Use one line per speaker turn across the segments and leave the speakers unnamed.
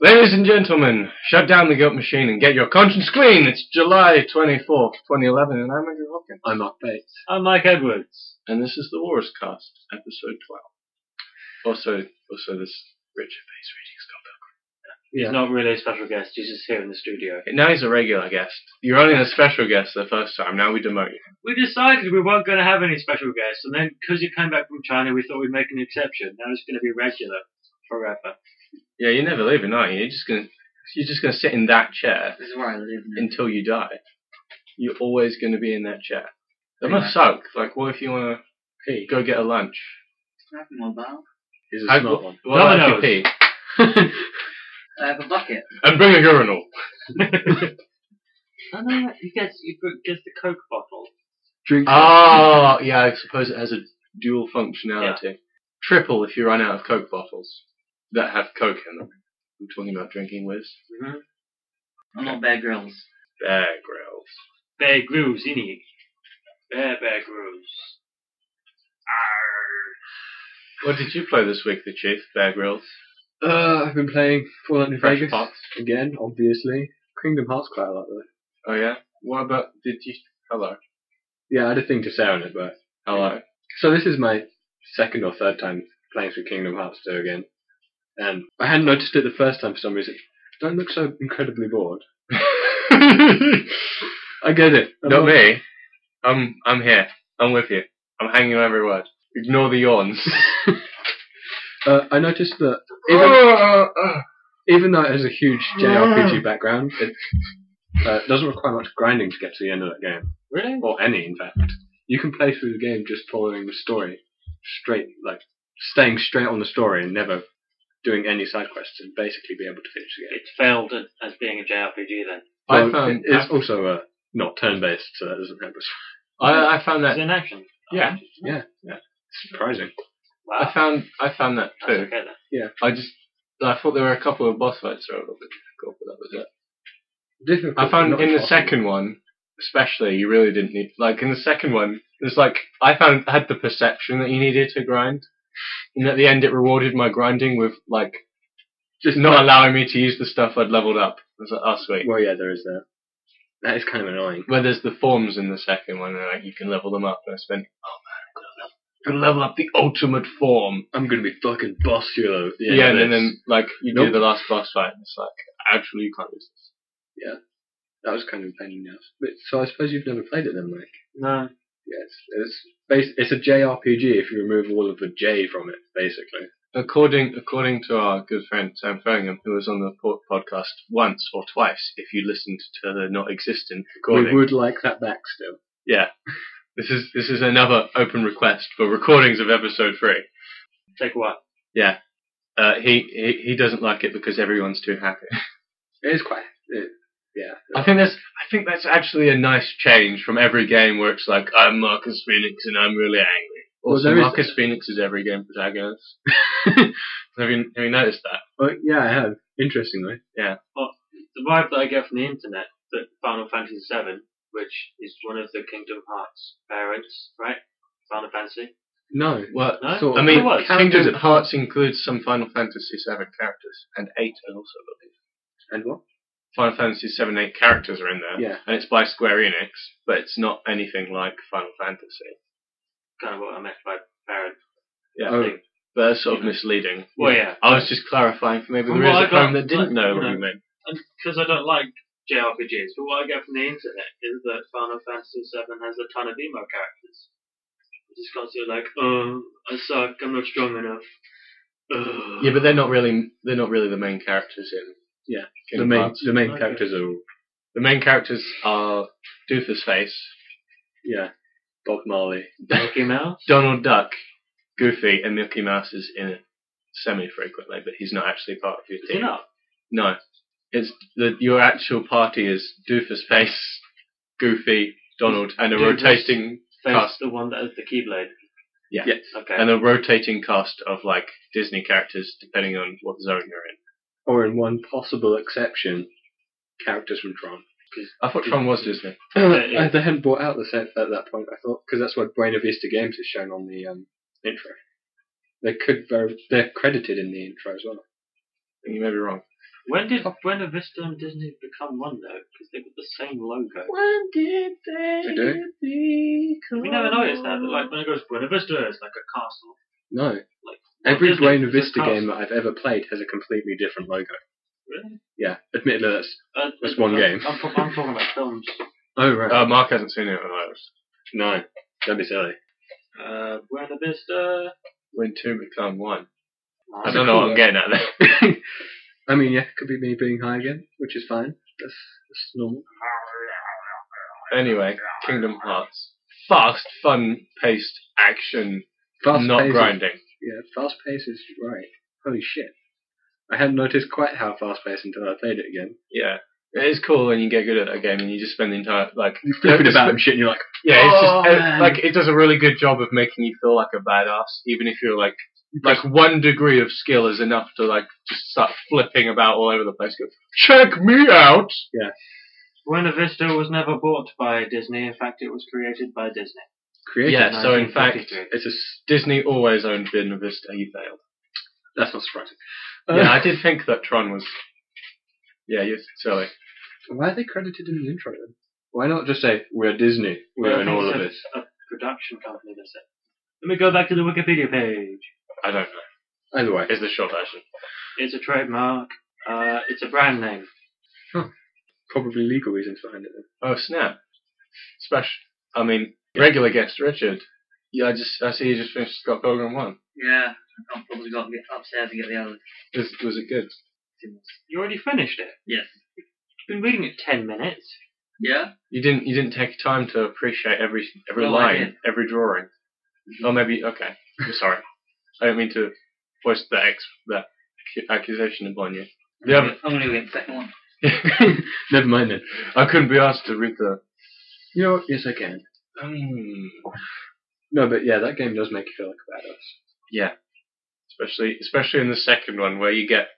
Ladies and gentlemen, shut down the guilt machine and get your conscience clean. It's July 24th, 2011, and I'm Andrew Hopkins.
I'm Mark Bates.
I'm Mike Edwards.
And this is the Wars Cast, episode 12. Also, also this Richard Bates reading Scott Pilgrim.
He's
Yeah.
not really a special guest. He's just here in the studio.
Okay, Now he's a regular guest. You were only a special guest the first time, now we demote you.
We decided we weren't going to have any special guests, and then because you came back from China, we thought we'd make an exception. Now it's going to be regular forever.
Yeah, you're never leaving, are you? You're just gonna, you're just gonna sit in that chair
This is why I live in.
until you die. You're always gonna be in that chair. That
Yeah.
must suck. Like, what if you wanna
Pee.
go get a lunch?
I have a mobile.
He's
I-
a smart one.
What about
Dominoes.
if you pee?
I have a bucket.
And bring a urinal.
I know he gets he gets the Coke bottle.
Drink.
Oh, yeah, I suppose it has a dual functionality. Triple if you run out of Coke bottles that have Coke in them. I'm talking about drinking with
I'm not Bear Grylls.
Bear Grylls.
Bear Grylls, isn't he? Bear Bear Grylls. Arr.
What did you play this week, the Chief? Bear Grylls?
Uh, I've been playing Fallout New
Fresh
Vegas
Fox.
again, obviously. Kingdom Hearts quite a lot though.
Oh, yeah? What about, did you, hello?
Yeah, I had a thing to say on it, but
Hello.
so this is my second or third time playing through Kingdom Hearts 2 again, and Um, I hadn't noticed it the first time for some reason. Don't look so incredibly bored. I get it. I'm
Not me. I'm, I'm here. I'm with you. I'm hanging on every word. Ignore the yawns.
Uh, I noticed that even
Oh, uh, uh.
even though it has a huge JRPG background, it uh, doesn't require much grinding to get to the end of that game.
Really?
or any in fact, you can play through the game just following the story, straight like staying straight on the story and never doing any side quests and basically be able to finish the game.
It failed at- as being a JRPG then.
I
Well,
found-
it's also uh, not turn-based, so that doesn't help us.
I, I found
It's
that,
in action.
Yeah.
Surprising.
Wow.
I found, I found that
That's
too.
okay then.
I just I thought there were a couple of boss fights that were a little bit difficult, but that was it.
Difficult.
I found
not
in the
impossible.
second one, especially, you really didn't need like in the second one. There's like I found had the perception that you needed to grind, and at the end it rewarded my grinding with like just not allowing me to use the stuff I'd leveled up. I was like, oh sweet.
Well, yeah, there is that. That is kind of annoying.
Where there's the forms in the second one, and like you can level them up, and I spent oh man, I'm gonna level, gonna level up the ultimate form.
I'm gonna be fucking boss hero. at the
Yeah,
end of
and then,
this.
then like you do
Nope.
the last boss fight, and it's like actually you can't use this.
that was kind of a pain in the ass. But so I suppose you've never played it then, Mike.
No.
Yeah, it's it's, bas- it's a JRPG if you remove all of the J from it, basically.
According according to our good friend Sam Framingham, who was on the po- podcast once or twice, if you listened to the not existent recording,
We would like that back still.
this is this is another open request for recordings of episode three.
Take what?
Uh, he, he he doesn't like it because everyone's too happy.
It is quite. It, yeah.
I think that's I think that's actually a nice change from every game where it's like I'm Marcus Phoenix and I'm really angry.
Well,
Also,
there is-
Marcus Phoenix is every game protagonist. have you have you noticed that?
But yeah, I have. Interestingly.
the vibe that I get from the internet that Final Fantasy VII, which is one of the Kingdom Hearts parents, right? Final Fantasy.
No.
Well,
No?
Sort
I
of.
mean,
It was.
Kingdom Hearts includes some Final Fantasy VII characters, and eight I also believe.
And what?
Final Fantasy VII, eight characters are in there,
Yeah.
and it's by Square Enix, but it's not anything like Final Fantasy.
Kind of what I meant by parent.
Yeah,
Oh.
thing.
but that's sort of misleading.
Well, yeah,
I was just clarifying for maybe
From
there is
what I
at home
got,
that didn't
like,
know
you
what
know.
you meant.
because I don't like JRPGs, but what I get from the internet is that Final Fantasy VII has a ton of emo characters. It's just constantly like, oh, I suck, I'm not strong enough. Ugh.
Yeah, but they're not really they're not really the main characters in.
Yeah, The
Kingdom
main
Hearts.
the main
Okay.
characters are all-
The main characters are Doofus Face,
yeah. Bob Marley.
Mickey Mouse.
Donald Duck, Goofy, and Milky Mouse is in it semi frequently, but he's not actually part of your
Is
team.
he not?
No. It's the, your actual party is Doofus Face, Goofy, Donald, and a
Doofus.
rotating.
Face
Cast.
the one that has the keyblade.
Yes.
Okay.
and a rotating cast of like Disney characters depending on what zone you're in.
Or in one possible exception, characters from Tron.
I thought Tron was Disney.
Yeah.
Uh, they hadn't brought out the set at that point, I thought, because that's what Buena Vista Games is shown on the um, intro. They could very, they're credited in the intro as well.
You may be wrong.
when did Buena Vista and Disney become one though? Because they've got the same logo.
When did
They do?
We never noticed that. But like when it goes Buena Vista, it's like a castle.
No.
Like,
Every
Disney-
Buena Vista
Disney
game that I've ever played has a completely different logo.
Really?
Yeah, admittedly that's.
Uh,
That's one
I'm-
game.
I'm, I'm talking about films.
Oh right.
Uh, Mark hasn't seen it of ours.
no, don't be silly.
Uh, Buena Vista.
When two become one. I
That's
don't know
a cool
what I'm
one.
getting at there.
I mean, yeah, it could be me being high again, which is fine. That's, that's normal.
Anyway, Kingdom Hearts. Fast, fun paced action,
Fast
not
pace is-
grinding.
yeah, fast pace is right. Holy shit! I hadn't noticed quite how fast paced until I played it again.
Yeah. It is cool when you get good at a game and you just spend the entire like
You flip it
it's-
about and shit, and you're like,
yeah it's
Oh,
just
man.
it, like it does a really good job of making you feel like a badass even if you're like like one degree of skill is enough to like just start flipping about all over the place. Go check me out.
Buena Vista was never bought by Disney. In fact, it was created by Disney.
created.
Yeah, so in fact-
1953.
It's a s-
Disney always owned Buena Vista. You failed.
that's not surprising.
yeah,
Uh,
I did think that Tron was. Yeah, you're silly.
Why are they credited in the intro then? Why not just say we're Disney, we're
Well, I
in
think
all
it's
of
a-
this?
A production company does it. Let me go back to the Wikipedia page.
I don't know.
Either way,
Is the short version?
It's a trademark. Uh, it's a brand name.
probably legal reasons behind it. Then.
Oh snap! Special. I mean, regular guest Richard. Yeah, I just I see you just finished Scott Pilgrim one.
Yeah, I've probably got to get upstairs to get the other.
Was, was it good?
two.
You already finished it.
Yes.
You've been reading it ten minutes.
Yeah.
You didn't you didn't take time to appreciate every every
No, I
line,
did.
every drawing. Oh, maybe okay. I'm sorry, I don't mean to voice that ex that ac- accusation upon you. The other-
I'm gonna get the second one. Mm-hmm.
Never mind then.
I couldn't be asked to read the.
You know, what? yes I can.
Hmm.
No, but yeah, that game does make you feel like a badass.
especially especially in the second one where you get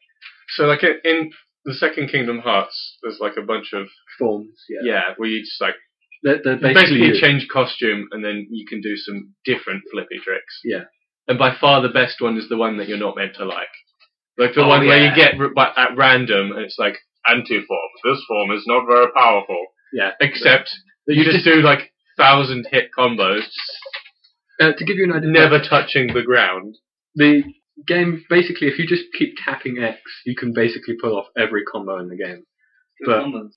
so like in- in the second Kingdom Hearts, there's like a bunch of
Forms, yeah.
yeah, where you just like
They're, they're
basically,
basically, you.
you change costume and then you can do some different flippy tricks.
Yeah.
and by far the best one is the one that you're not meant to like, like the
Oh,
one where you
yeah.
get r- by- at random and it's like anti-form. This form is not very powerful.
Yeah.
except that you just do like thousand hit combos,
Uh, to give you an idea,
never touching the ground.
the game basically, if you just keep tapping X, you can basically pull off every combo in the game.
Good
But-
combos.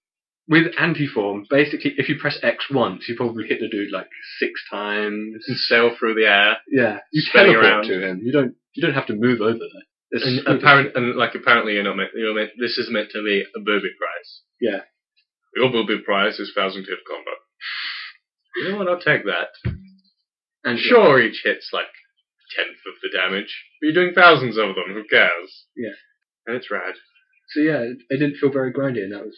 With anti-form, basically, if you press X once, you probably hit the dude like six times.
And sail through the air.
Yeah, you
Spinning
teleport
around.
to him. You don't. You don't have to move over there. It's
And
stupid.
apparent, and like apparently you're not meant, you're meant. This is meant to be a booby prize.
Yeah.
Your booby prize is thousand hit combo. You know what? I'll take that.
and
Sure, each hit's like tenth of the damage, but you're doing thousands of them. Who cares?
Yeah.
And it's rad.
So yeah, it, it didn't feel very grindy, and that was.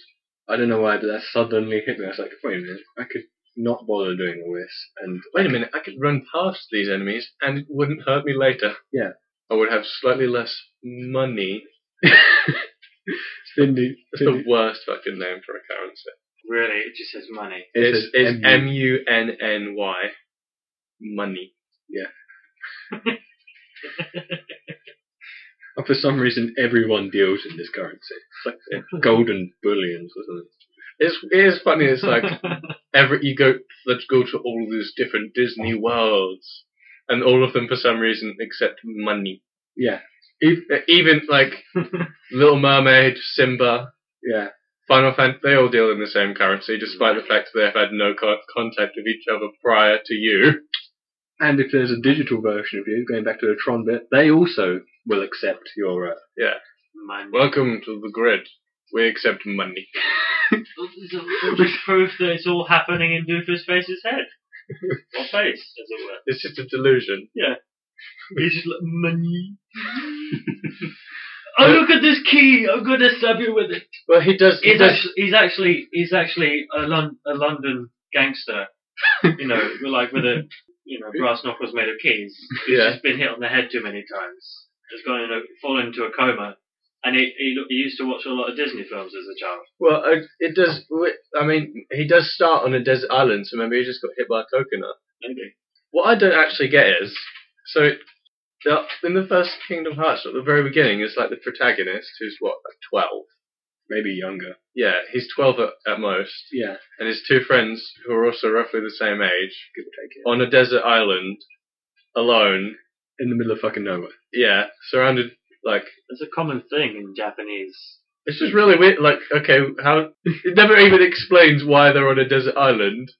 I don't know why, but that suddenly hit me. I was like, wait a minute, I could not bother doing all this, and
Wait a minute, I could run past these enemies and it wouldn't hurt me later.
Yeah.
I would have slightly less money.
Finley,
That's the worst fucking name for a currency.
Really, it just says money.
It's, it's M U N N Y. Money.
And for some reason, everyone deals in this currency. It's like golden bullions or something.
It's, it is funny, it's like every you go let's go to all these different Disney worlds, and all of them for some reason accept money.
Yeah,
Even, even like Little Mermaid, Simba,
yeah.
Final Fantasy, they all deal in the same currency, despite the fact that they have had no co- contact with each other prior to you.
And if there's a digital version of you, going back to the Tron bit, they also will accept your. Uh,
Money.
Welcome to the grid. We accept money.
It's all- which is proof that it's all happening in Doofus Face's head. or face, as it were.
It's just a delusion.
He's just like, money. oh, look at this key! I'm gonna stab you with it!
Well, he does. He
He's
does.
actually, he's actually, he's actually a, Lon- a London gangster. You know, with like with a you know, brass knock was made of keys.
Yeah.
He's been hit on the head too many times. He's gone in a, fallen into a coma. And he, he, he used to watch a lot of Disney films as a child.
Well, uh, it does. wi- I mean, he does start on a desert island, so maybe he just got hit by a coconut.
Maybe.
What I don't actually get is, so the- in the first Kingdom Hearts, at the very beginning, it's like the protagonist who's what like twelve.
Maybe younger.
Yeah, he's twelve at, at most,
Yeah.
and his two friends who are also roughly the same age
Give or take it.
on a desert island, alone.
In the middle of fucking nowhere.
Yeah, surrounded like
It's a common thing in Japanese.
It's just really weird. Like, okay, how it never even explains why they're on a desert island.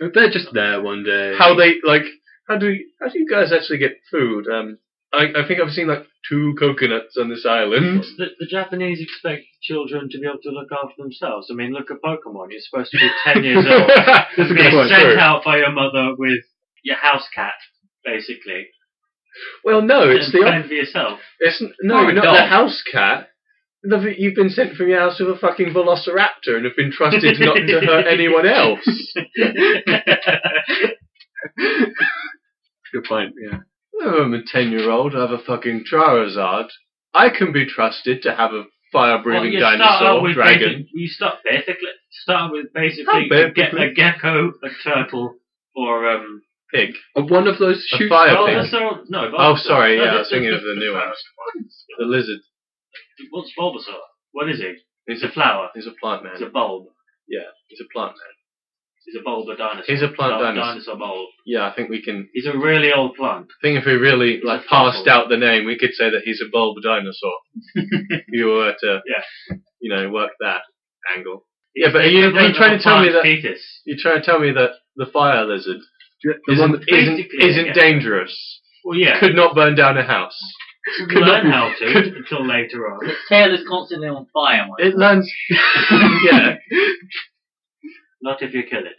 They're just there one day.
How they like? How do how do you guys actually get food? Um, I I think I've seen like two coconuts on this island.
The, the Japanese expect children to be able to look after themselves. I mean, look at Pokemon. You're supposed to be 10 years old.
That's
You're sent out by your mother with your house cat, basically.
Well, no, it's
and
the
fend
op-
for yourself.
it's n- no,
Or a
not the
dog.
house cat. The- You've been sent from your house with a fucking velociraptor and have been trusted not to hurt anyone else.
Good point. Yeah.
I'm a ten-year-old. I have a fucking Charizard. I can be trusted to have a
Well,
fire-breathing
you start out
dinosaur
with
dragon.
basic- you start basically start with
Not
basically
basically.
get a gecko, a turtle, or um.
pig.
Uh, One of those
A
shoot
fire
Oh,
pig.
that's-
Bulbasaur? No. Bulbasaur.
Oh, sorry,
No,
yeah, I
the-
was thinking of the new one. The lizard
What's Bulbasaur? What is he?
is
It's a
a
flower.
is a plant
It's a
man.
bulb.
He's a plant man.
It's a bulb a dinosaur.
He's a plant
Bulb-
dinosaur.
Dinosaur bulb.
Yeah, I think we can.
He's a really old plant.
I think if we really
He's
like
a
passed
fossil.
out the name, we could say that he's a bulb dinosaur. if you were to,
Yeah.
you know, work that angle.
He's
Yeah, but
the
are you- are you
equivalent
trying
of
to tell me
a plant
that-
fetus.
You trying to tell me that the fire lizard
The one
isn't
that
isn't,
basically,
isn't
yeah.
dangerous?
Well, yeah.
Could not burn down a house.
You learn how to until later on.
His tail is constantly on fire, man.
It learns. yeah.
Not if you kill it.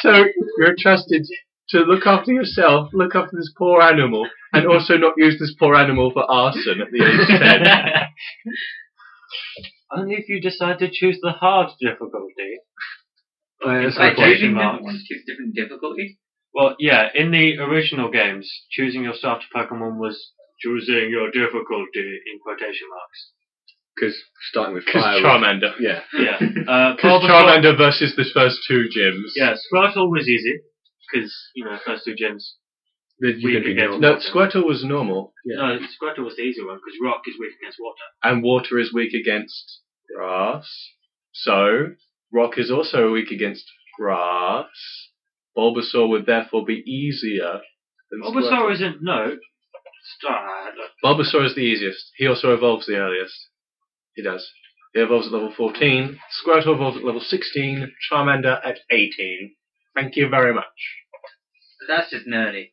so you're trusted to look after yourself, look after this poor animal, and also not use this poor animal for arson at the age of ten.
Only if you decide to choose the hard difficulty.
Oh, yeah, that's my
I
By
point.
do think-
choosing
marks.
different ones, choose different difficulties.
Well, yeah, in the original games, choosing your starter Pokemon was choosing your difficulty in quotation marks.
'Cause starting with
'Cause
fire.
Charmander.
yeah.
Yeah. Uh,
Because
Bulbasaur-
Charmander versus the first two gyms.
Yeah, Squirtle was easy because you know first two gyms.
Then you
We
can
could
be
get-
normal.
No, Squirtle was normal,
Yeah.
No, Squirtle was the easy one because rock is weak against water.
and water is weak against grass. So rock is also weak against grass. Bulbasaur would therefore be easier. Than
Bulbasaur
Squirtle.
isn't no. Star. look,
Bulbasaur is the easiest. He also evolves the earliest. He does. He evolves at level 14. Squirtle evolves at level 16. Charmander at 18. Thank you very much.
That's just nerdy.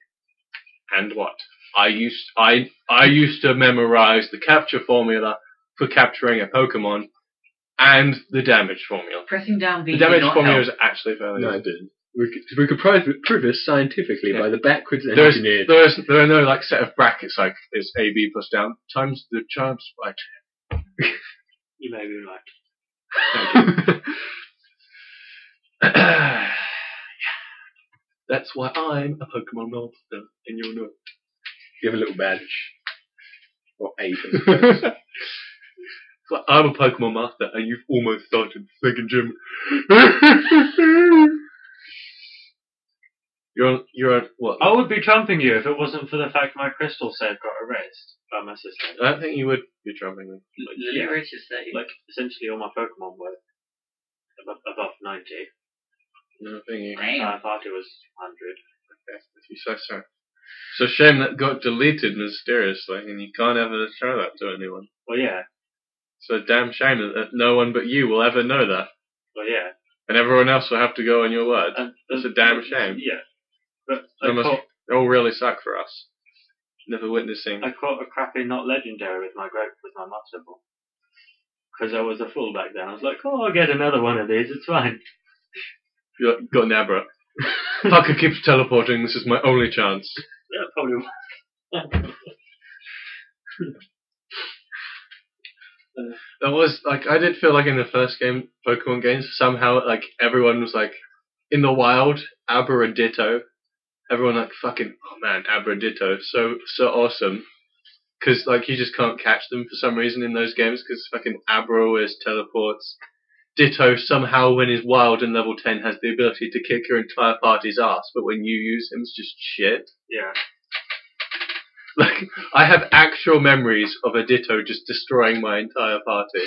And what? I used I I used to memorize the capture formula for capturing a Pokemon and the damage formula.
Pressing down B
The
did
damage
not
formula
help.
is actually fairly
No, I didn't. We could, we could prove, prove this scientifically
Yeah.
by the backwards
There's,
engineered.
there's there are no like set of brackets like is A B plus down times the charge by
You may be right.
That's why I'm a Pokemon master, and you're not.
Give a little badge. Or eight.
That's why I'm a Pokemon master, and you've almost started the second gym. you're on, you're on, what?
I would be trumping you if it wasn't for the fact my crystal save got erased by my sister.
I don't think you would be jumping me.
Like,
Lily
yeah,
Rich is 30.
like essentially all my Pokemon were above, above 90.
No, I think you.
Damn.
Uh, Party was 100.
Okay, if you say so. So shame that got deleted mysteriously, and you can't ever show that to anyone.
Well, yeah.
So damn shame that no one but you will ever know that,
Well, yeah.
and everyone else will have to go on your word.
And,
That's a damn shame.
Yeah. But
That
I
must-
caught,
It'll really suck for us. Never witnessing.
I caught a crappy not legendary with my grape with my master ball. Because I was a fool back then. I was like, oh, I'll get another one of these. It's fine.
You're like, got an abra. Parker keeps teleporting. This is my only chance.
Yeah, probably. was.
That was like I did feel like in the first game Pokemon games somehow like everyone was like in the wild, Aberaditto. Everyone like fucking oh man, Aberaditto, so so awesome. Because like you just can't catch them for some reason in those games. Because fucking Abra always teleports. Ditto somehow, when he's wild and level ten, has the ability to kick your entire party's ass. But when you use him, it's just shit.
Yeah.
Like I have actual memories of a Ditto just destroying my entire party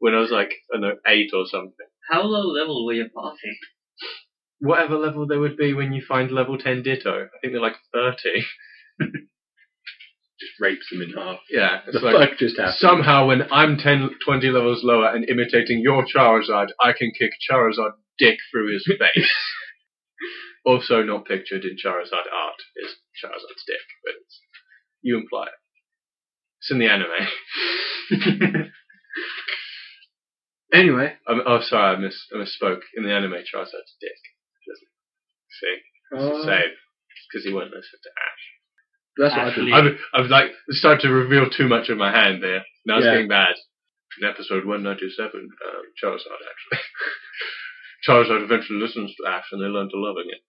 when I was like I don't know eight or something.
How low level were your party?
whatever level they would be when you find level 10 Ditto. I think they're like 30.
Just rapes them in half.
Yeah.
The
It's like,
fuck just happened?
somehow when I'm 10, 20 levels lower and imitating your Charizard, I can kick Charizard dick through his face. also not pictured in Charizard art is Charizard's dick, but it's, you imply it. It's in the anime.
Anyway,
I'm, oh, sorry, I, mis- I misspoke. In the anime, Charizard's dick. See? It's the
uh,
same. Because he won't listen to Ash.
that's what I
Actually-
think.
Yeah.
I've, I've like started to reveal too much of my hand there. Now it's
Yeah.
getting bad. In episode 1927, um, Charizard actually. Charizard eventually listens to Ash and they learn to love again.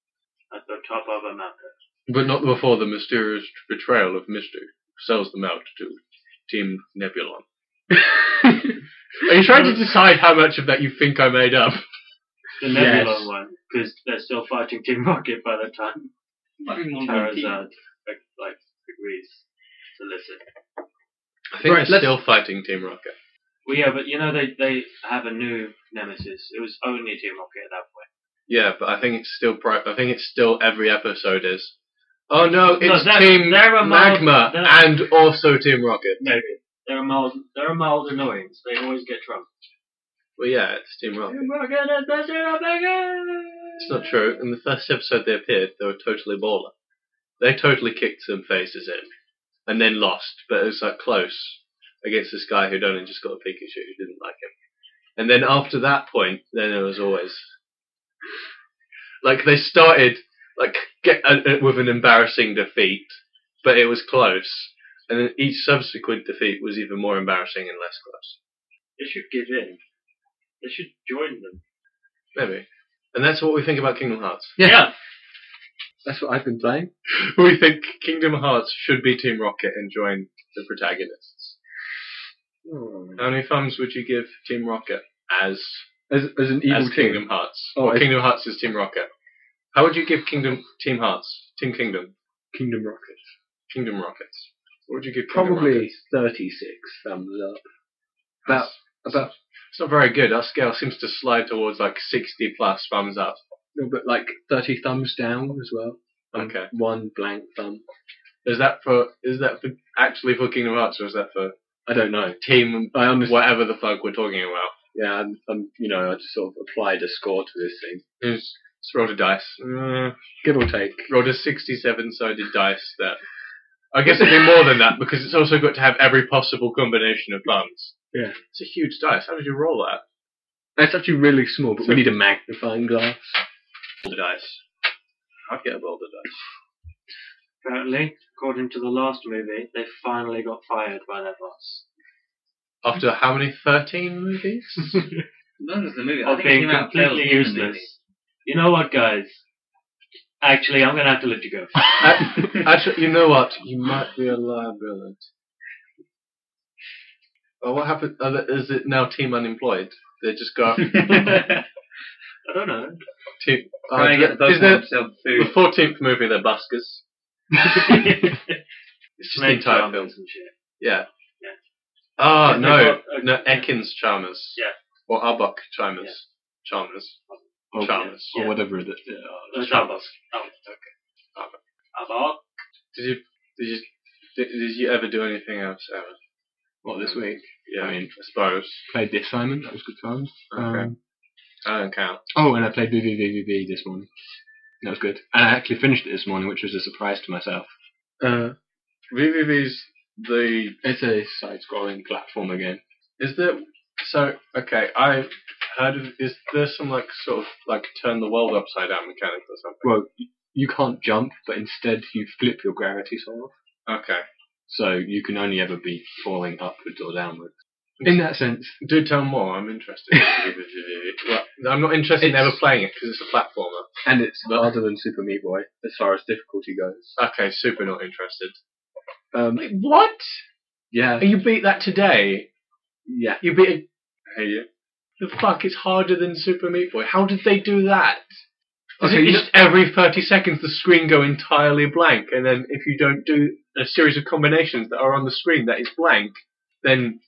At the top of a mountain.
But not before the mysterious betrayal of Mystery sells them out to Team Nebulon. Are you trying to decide how much of that you think I made up?
The
Yes.
Nebula one, because they're still fighting Team Rocket by the time
Fucking one repeat.
Charizard like, like agrees to listen.
I think
Right,
they're
let's-
still fighting Team Rocket.
Well, yeah, but you know they they have a new nemesis. It was only Team Rocket at that point.
Yeah, but I think it's still. Pri- I think it's still every episode is. Oh no! It's
they're-
Team
they're a mild-
Magma
they're-
and also Team Rocket.
Maybe they're a mild they're a mild annoyance. They always get trouble.
Well, yeah, it's Team Rocket.
Team Rocket is the Superman!
It's not true. In the first episode they appeared, they were totally baller. They totally kicked some faces in, and then lost. But it was like close against this guy who'd only just got a Pikachu who didn't like him. And then after that point, then it was always like they started like get uh, uh, with an embarrassing defeat, but it was close. And then each subsequent defeat was even more embarrassing and less close.
They should give in. They should join them.
Maybe. And that's what we think about Kingdom Hearts.
Yeah. That's what I've been playing.
we think Kingdom Hearts should be Team Rocket and join the protagonists. How many thumbs would you give Team Rocket as
As, as an evil
as
team.
Kingdom Hearts?
Oh,
or
I-
Kingdom Hearts is Team Rocket. How would you give Kingdom Team Hearts Team Kingdom
Kingdom Rocket.
Kingdom Rockets? What would you give Kingdom
Probably
Rockets?
36 thumbs up. About, about,
It's not very good. Our scale seems to slide towards like sixty plus thumbs up.
no, but like 30 thumbs down as well. And
Okay.
Um, One blank thumb.
Is that for is that for actually for Kingdom Hearts or is that for
I don't know.
Team
I honestly,
whatever the fuck we're talking about?
yeah, I'm, I'm, you know, I just sort of applied a score to this thing.
Just roll a dice. Mm.
Give or take.
rolled a 67 sided dice that. I guess it'd be more than that because it's also got to have every possible combination of thumbs.
Yeah.
It's a huge dice. How did you roll that?
That's actually really small, but
So-
we need a magnifying glass.
Boulder dice. I'd get a boulder dice.
Apparently, according to the last movie, they finally got fired by their boss.
After how many? 13 movies?
That was the movie. I
Of
think it
being
came out fairly
completely
in the movie.
useless. You know what, guys? Actually, I'm gonna have to let you go.
Ac- Actually, you know what? You might be a liability. Oh, what happened? oh, that- Is it now Team Unemployed? They just got
Trying
I don't know.
Team. Oh,
to get the
is
Pokemon
there,
themselves
the
food.
14th movie, they're buskers. It's just the
Snake
entire
charmers
film.
and shit.
Yeah.
Yeah.
Oh,
They've
no.
got a-
No, Ekins Chalmers.
Yeah.
Or Arbok Chalmers.
Yeah.
Chalmers.
Or,
Chalmers.
or
Yeah.
whatever it is.
Uh, that's our boss. Oh, okay. Arbok.
Did you, did you, did, did you ever do anything else ever?
What, this week?
Yeah, I
I mean-
suppose.
Played this, Simon. That was good fun.
Okay.
Um,
I don't count.
Oh, and I played BBBBB this morning. That was good. And I actually finished it this morning, which was a surprise to myself. Uh,
VVV's the,
it's a side-scrolling platform game.
is there, so, okay, I heard of, is there some like, sort of, like, turn the world upside down mechanic or something?
Well, you can't jump, but instead you flip your gravity sort of.
Okay.
So you can only ever be falling upwards or downwards. In that sense,
Do tell more. I'm interested. well, I'm not interested in
It's-
ever playing it because it's a platformer.
and it's harder than Super Meat Boy as far as difficulty goes.
Okay, super not interested.
Um,
Wait, what?
yeah,
You beat that today?
yeah.
You beat it? Hey, you. The fuck is harder than Super Meat Boy? How did they do that? Is
Okay,
it
you
just every 30 seconds the screen go entirely blank, and then if you don't do a series of combinations that are on the screen that is blank, then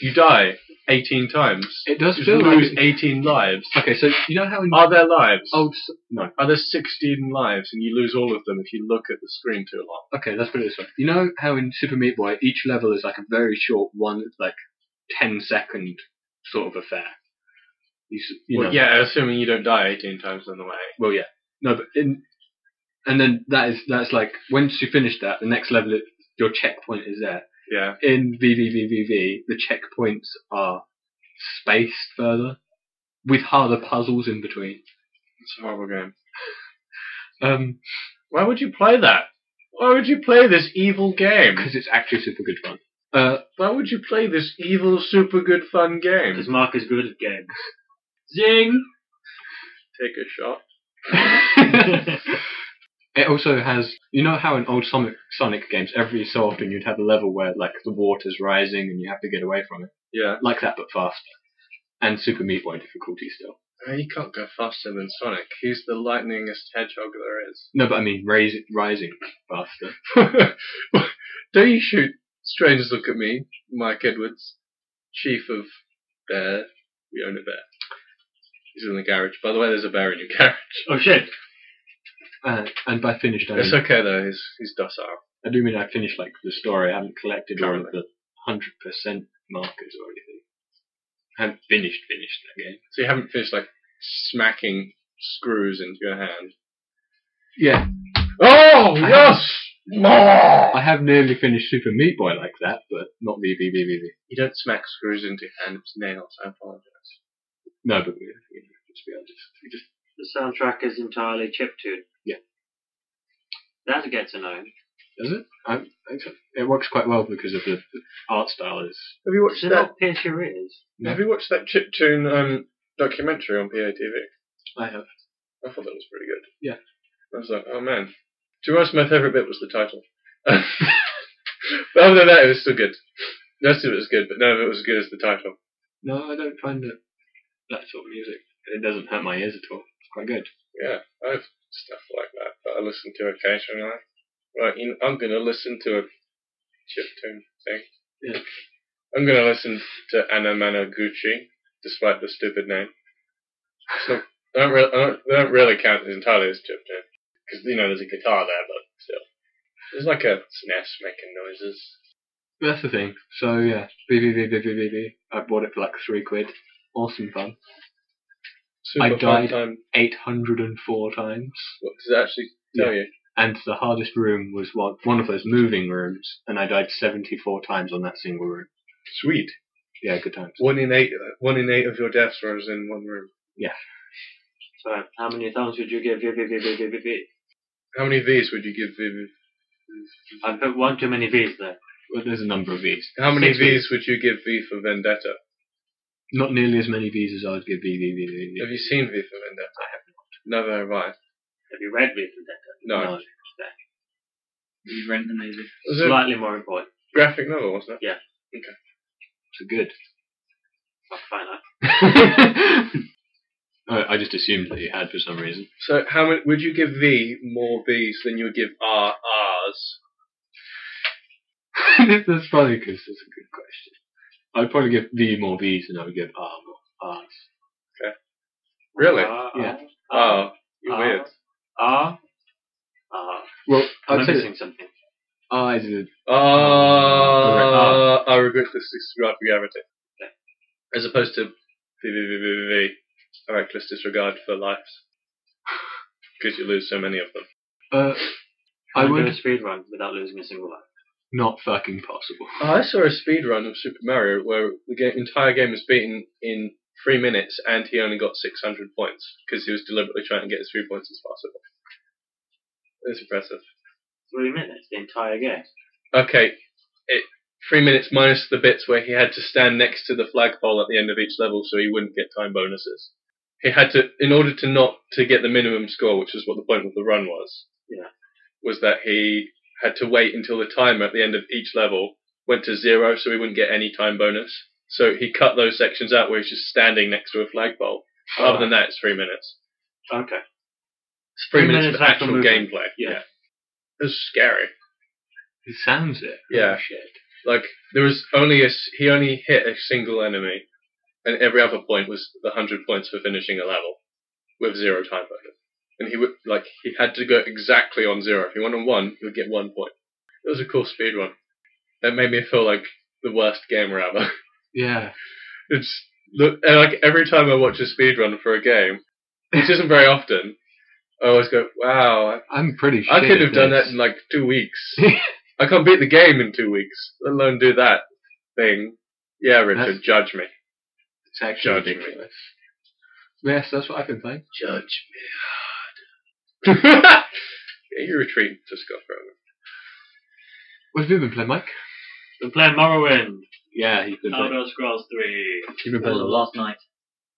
you die 18 times.
It does
You
feel
lose
like Oh.
18 lives.
okay. So you know how in
Are there lives?
old s- no.
Are there 16 lives, and you lose all of them if you look at the screen too long?
Okay, let's put it this way. You know how in Super Meat Boy each level is like a very short one, like 10 second sort of affair. You, s- you
well,
know.
yeah, assuming you don't die 18 times on the way.
Well, yeah. No, but in, and then that is that's like once you finish that, the next level, it, your checkpoint is there.
Yeah.
In VVVVV, the checkpoints are spaced further with harder puzzles in between.
It's a horrible game.
Um,
Why would you play that? Why would you play this evil game?
because it's actually super good fun. Uh,
Why would you play this evil, super good fun game?
Because Mark is good at games. Zing!
Take a shot.
it also has, you know how in old Sonic, Sonic games, every so often you'd have a level where like the water's rising and you have to get away from it,
Yeah.
like that but faster, and Super Meat Boy difficulty still.
Uh, you can't go faster than Sonic. He's the lightningest hedgehog there is.
No, but I mean raise, rising faster.
Don't you shoot strangers look at me, Mike Edwards, chief of Bear. We own a bear. He's in the garage. By the way, there's a bear in your garage.
Oh shit!
Uh, and by finished, I, mean,
It's okay though. He's he's docile.
I do mean I finished like the story. I haven't collected all of
Currently.
the hundred percent markers or anything. I haven't finished finished that game.
So you haven't finished like smacking screws into your hand.
Yeah,
Oh
I
yes.
I have nearly finished Super Meat Boy like that, but not VVVVV.
You don't smack screws into your hand. It's nails. I apologize.
No, but we, we let's be honest. We just
The soundtrack is entirely chiptune.
Yeah.
That gets annoying.
Does it? I, it works quite well because of the, the art style. Is
Have you watched
Does it
that?
not pierce your ears?
No.
Have you watched that chiptune um, documentary on PATV?
I have.
I thought that was pretty good.
Yeah.
I was like, oh man. To be honest, my favourite bit was the title. but other than that, it was still good. The rest of it was good, but none of it was as good as the title.
No, I don't find that that sort of music. It doesn't hurt my ears at all. It's quite good.
Yeah, I have stuff like that that I listen to occasionally. Like, you know, I'm going to listen to a chiptune thing.
Yeah.
I'm going to listen to Anamanaguchi, despite the stupid name. So, I don't really, I don't, they don't really count as entirely as chiptune. Because, you know, there's a guitar there, but still. There's like a SNES making noises.
But that's the thing. So yeah, BBBBBBB. I bought it for like three quid. Awesome fun.
Super
I
fun
died.
Time.
Eight hundred and four times.
What does it actually tell you?
And the hardest room was one, one of those moving rooms, and I died seventy-four times on that single room.
Sweet.
Yeah, good times.
One in eight. One in eight of your deaths was in one room.
So, how many thumbs would you give? V- v- v- v- v- v- v?
How many V's would you give Vivi?
I put one too many V's there.
Well, there's a number of these.
How many
Six
V's would you give V for Vendetta?
Not nearly as many V's as I would give VVVVV.
Have you seen V for Vendetta?
I
have not. Never have I.
Have you read V for Vendetta?
No.
No.
You rent the movie.
It was a
Slightly more important.
graphic novel, wasn't it?
So good.
I'll find out.
I, I just assumed that you had for some reason.
So how many would you give V more V's than you would give R R's?
That's funny because it's a good question. I'd probably give V more V's than I would give R more R's.
Really?
Ah,
Yeah.
ah,
Oh, you're weird.
Ah. Ah.
Well,
Am I
I'd say that
missing something?
R is a,
Ah, I regret this disregard for gravity. As opposed to V V V V V V. I reckless disregard for lives. Because you lose so many of them.
uh, I
Can we do
would
a speed run without losing a single life.
not fucking possible.
Oh, I saw a speed run of Super Mario where the ga- entire game was beaten in three minutes, and he only got 600 points because he was deliberately trying to get as few points as possible. It's impressive.
Three minutes, the entire game.
Okay, it Three minutes minus the bits where he had to stand next to the flagpole at the end of each level so he wouldn't get time bonuses. He had to, in order to not to get the minimum score, which is what the point of the run was.
Yeah.
Was that he had to wait until the timer at the end of each level went to zero, so he wouldn't get any time bonus. So he cut those sections out where he's just standing next to a flagpole.
Ah.
Other than that, it's three minutes.
Okay.
It's three,
Three
minutes,
minutes
of actual
actual movement.
gameplay.
Yeah.
It was scary.
It sounds it.
Yeah.
Oh, shit.
Like there was only a s- he only hit a single enemy, and every other point was the hundred points for finishing a level with zero time bonus. And he would like he had to go exactly on zero. If he went on one, he would get one point. It was a cool speed run. That made me feel like the worst gamer ever.
Yeah.
It's look and like every time I watch a speedrun for a game, which isn't very often, I always go, "Wow,
I'm pretty sure.
I, I could have done that in like two weeks. I can't beat the game in two weeks, let alone do that thing." Yeah, Richard, judge me.
It's actually
Judge me.
ridiculous. Yes, that's what I've been playing.
Judge me hard. yeah, you retreat to Scott Pilgrim.
What have you been playing, Mike?
We're playing Morrowind.
Yeah, he's been playing.
Elder Scrolls 3.
You've been
That was
playing a lot.
last night.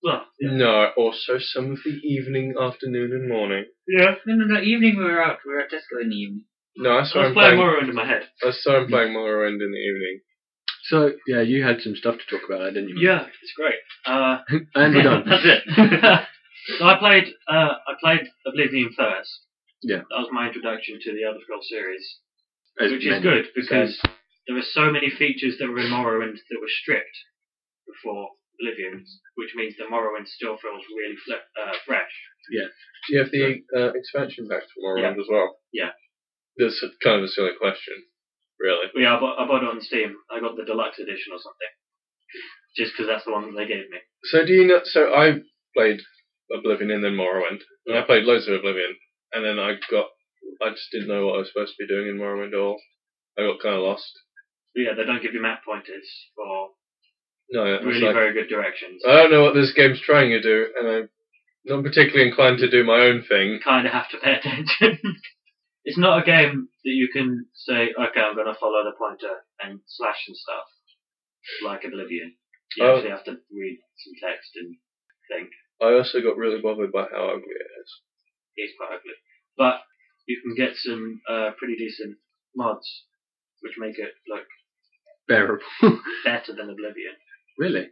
Well, yeah.
No, also some of the evening, afternoon, and morning.
yeah.
No, no, no. Evening we were out. We were at Tesco in the evening.
No, I
I
saw
was
him
playing
playing.
Morrowind in my head.
I saw him playing Morrowind in the evening.
So yeah, you had some stuff to talk about, didn't you? mate?
Yeah, it's great. Uh,
and we're done.
That's it. so I played uh, I played Oblivion first.
Yeah.
That was my introduction to the Elder Scrolls series,
As
which
many.
is good because there were so many features that were in Morrowind that were stripped before Oblivion, which means that Morrowind still feels really fle- uh, fresh.
Do you have the uh, expansion pack for Morrowind as well?
Yeah.
That's a- kind of a silly question, really.
But yeah, I bought, I bought it on Steam. I got the deluxe edition or something, just because that's the one that they gave me.
So do you know? So I played Oblivion and then Morrowind, and I played loads of Oblivion, and then I got, I just didn't know what I was supposed to be doing in Morrowind at all. I got kind of lost.
But yeah, they don't give you map pointers or
No, it was
really
like,
very good directions.
I don't know what this game's trying to do, and I'm not particularly inclined to do my own thing.
kind of have to pay attention. it's not a game that you can say, okay, I'm going to follow the pointer and slash and stuff, like Oblivion. You
Oh.
actually have to read some text and think.
I also got really bothered by how ugly it is.
It's quite ugly. But you can get some uh, pretty decent mods, which make it look
Bearable.
better than Oblivion,
really?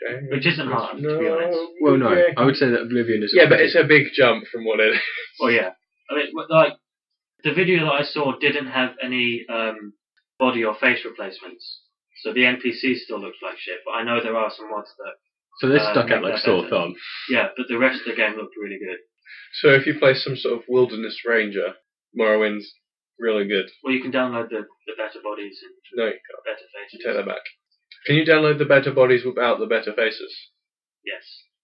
Damn.
which isn't hard, to be honest.
Well, no.
Yeah.
I would say that Oblivion is. a
Yeah, but
pretty-
it's a big jump from what it is.
Oh yeah. I mean, w- like, the video that I saw didn't have any um, body or face replacements. So the NPC still looks like shit, but I know there are some mods that.
so this
uh,
stuck
make
out like
that
sore
better.
thumb.
Yeah, but the rest of the game looked really good.
So if you play some sort of wilderness ranger, Morrowind's really good.
Well, you can download the, the better bodies and
No, you
better
can't.
faces.
Take that back. Can you download the better bodies without the better faces?
Yes.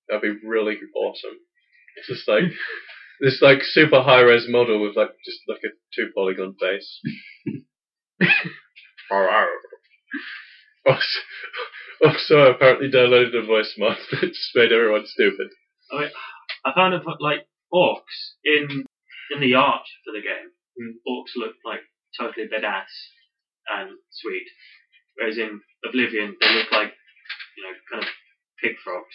That'd be really awesome. It's just like this like super high res model with like just like a two polygon face. also, also, I apparently downloaded a voice mod that just made everyone stupid.
I found it like orcs in in the art for the game.
Hmm.
Orcs look like totally badass and sweet, whereas in Oblivion they look like you know kind of pig frogs.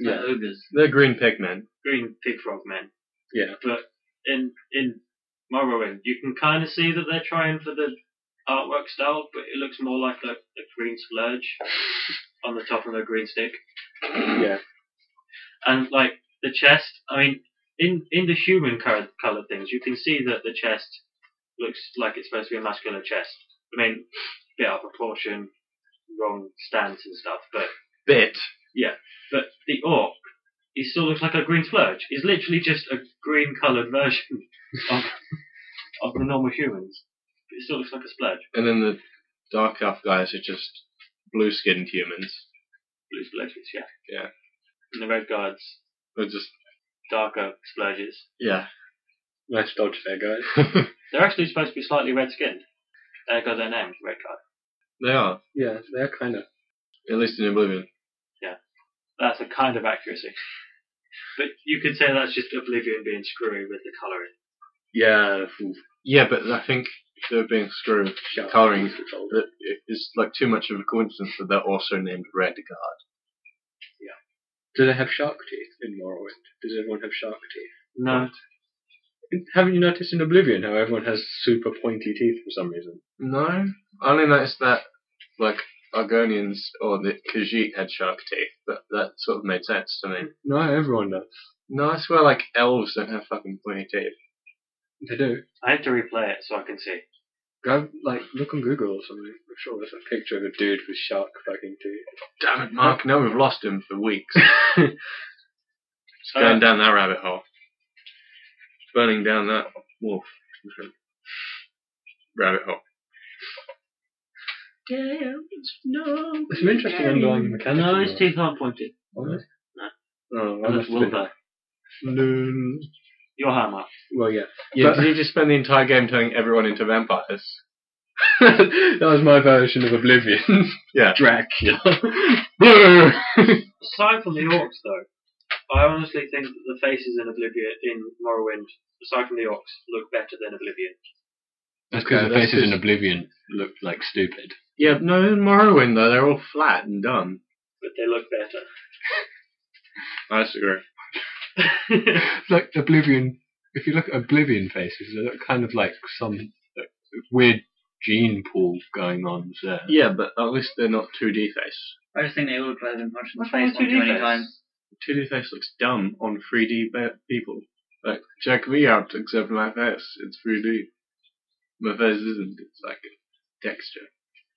Yeah. ogres.
They're green pigmen.
green pig frog men.
Yeah.
But in in Morrowind, you can kind of see that they're trying for the artwork style, but it looks more like a, a green splurge on the top of a green stick.
Yeah.
And like the chest, I mean, in in the human color colored things, you can see that the chest looks like it's supposed to be a muscular chest. I mean, bit out of proportion, wrong stance and stuff, but
Bit.
but the orc, he still looks like a green splurge. He's literally just a green coloured version of, of the normal humans. But he still looks like a splurge.
And then the dark elf guys are just blue skinned humans.
Blue splurges, yeah.
Yeah.
And the red guards,
They're just
darker splurges.
yeah.
Nice dodge there, guys.
they
They're actually supposed to be slightly red skinned. There goes their name, red guard.
are.
Yeah, they're kind of.
At least in Oblivion.
That's a kind of accuracy. But you could say that's just Oblivion being screwy with the colouring.
Yeah. oof.
Yeah, but I think they're being screwed. Colouring that it- it's like too much of a coincidence that they're also named Redguard.
Do they have shark teeth in Morrowind? Does everyone have shark teeth?
No.
Haven't you noticed in Oblivion how everyone has super pointy teeth for some reason?
No, I only noticed that like Argonians or the Khajiit had shark teeth, but that sort of made sense to me.
No, everyone does.
No, I swear like elves don't have fucking pointy teeth.
They do.
I have to replay it so I can see.
Go like look on Google or something. I'm sure there's a picture of a dude with shark fucking teeth.
Damn it, Mark! No, we've lost him for weeks. It's
Uh,
going down that rabbit hole. Burning down that wolf. rabbit hole.
Damn, no.
There's some interesting underlying mechanics.
no,
in
his
there.
teeth aren't pointed.
Oh, I
Unless
must have
Will
been-
die.
No.
Your hammer.
Well, yeah.
Yeah,
But-
did you just spend the entire game turning everyone into vampires?
that was my version of Oblivion.
Yeah.
Dracula.
Aside from the orcs, though, I honestly think that the faces in Oblivion, in Morrowind, aside from the orcs, look better than Oblivion.
That's
Okay,
because the
that's
faces in
just-
Oblivion looked like stupid.
Yeah, no, in Morrowind though, they're all flat and dumb.
But they look better.
I disagree.
Like Oblivion, if you look at Oblivion faces, they look kind of like some uh, weird gene pool going on there.
Yeah, but at least they're not 2D face.
I just think they all play them punch in the
What's wrong
face
with 2D
one too many
face?
times.
2D face looks dumb on 3D ba- people. Like, check me out, except my face. It's 3D. My face isn't. It's like a texture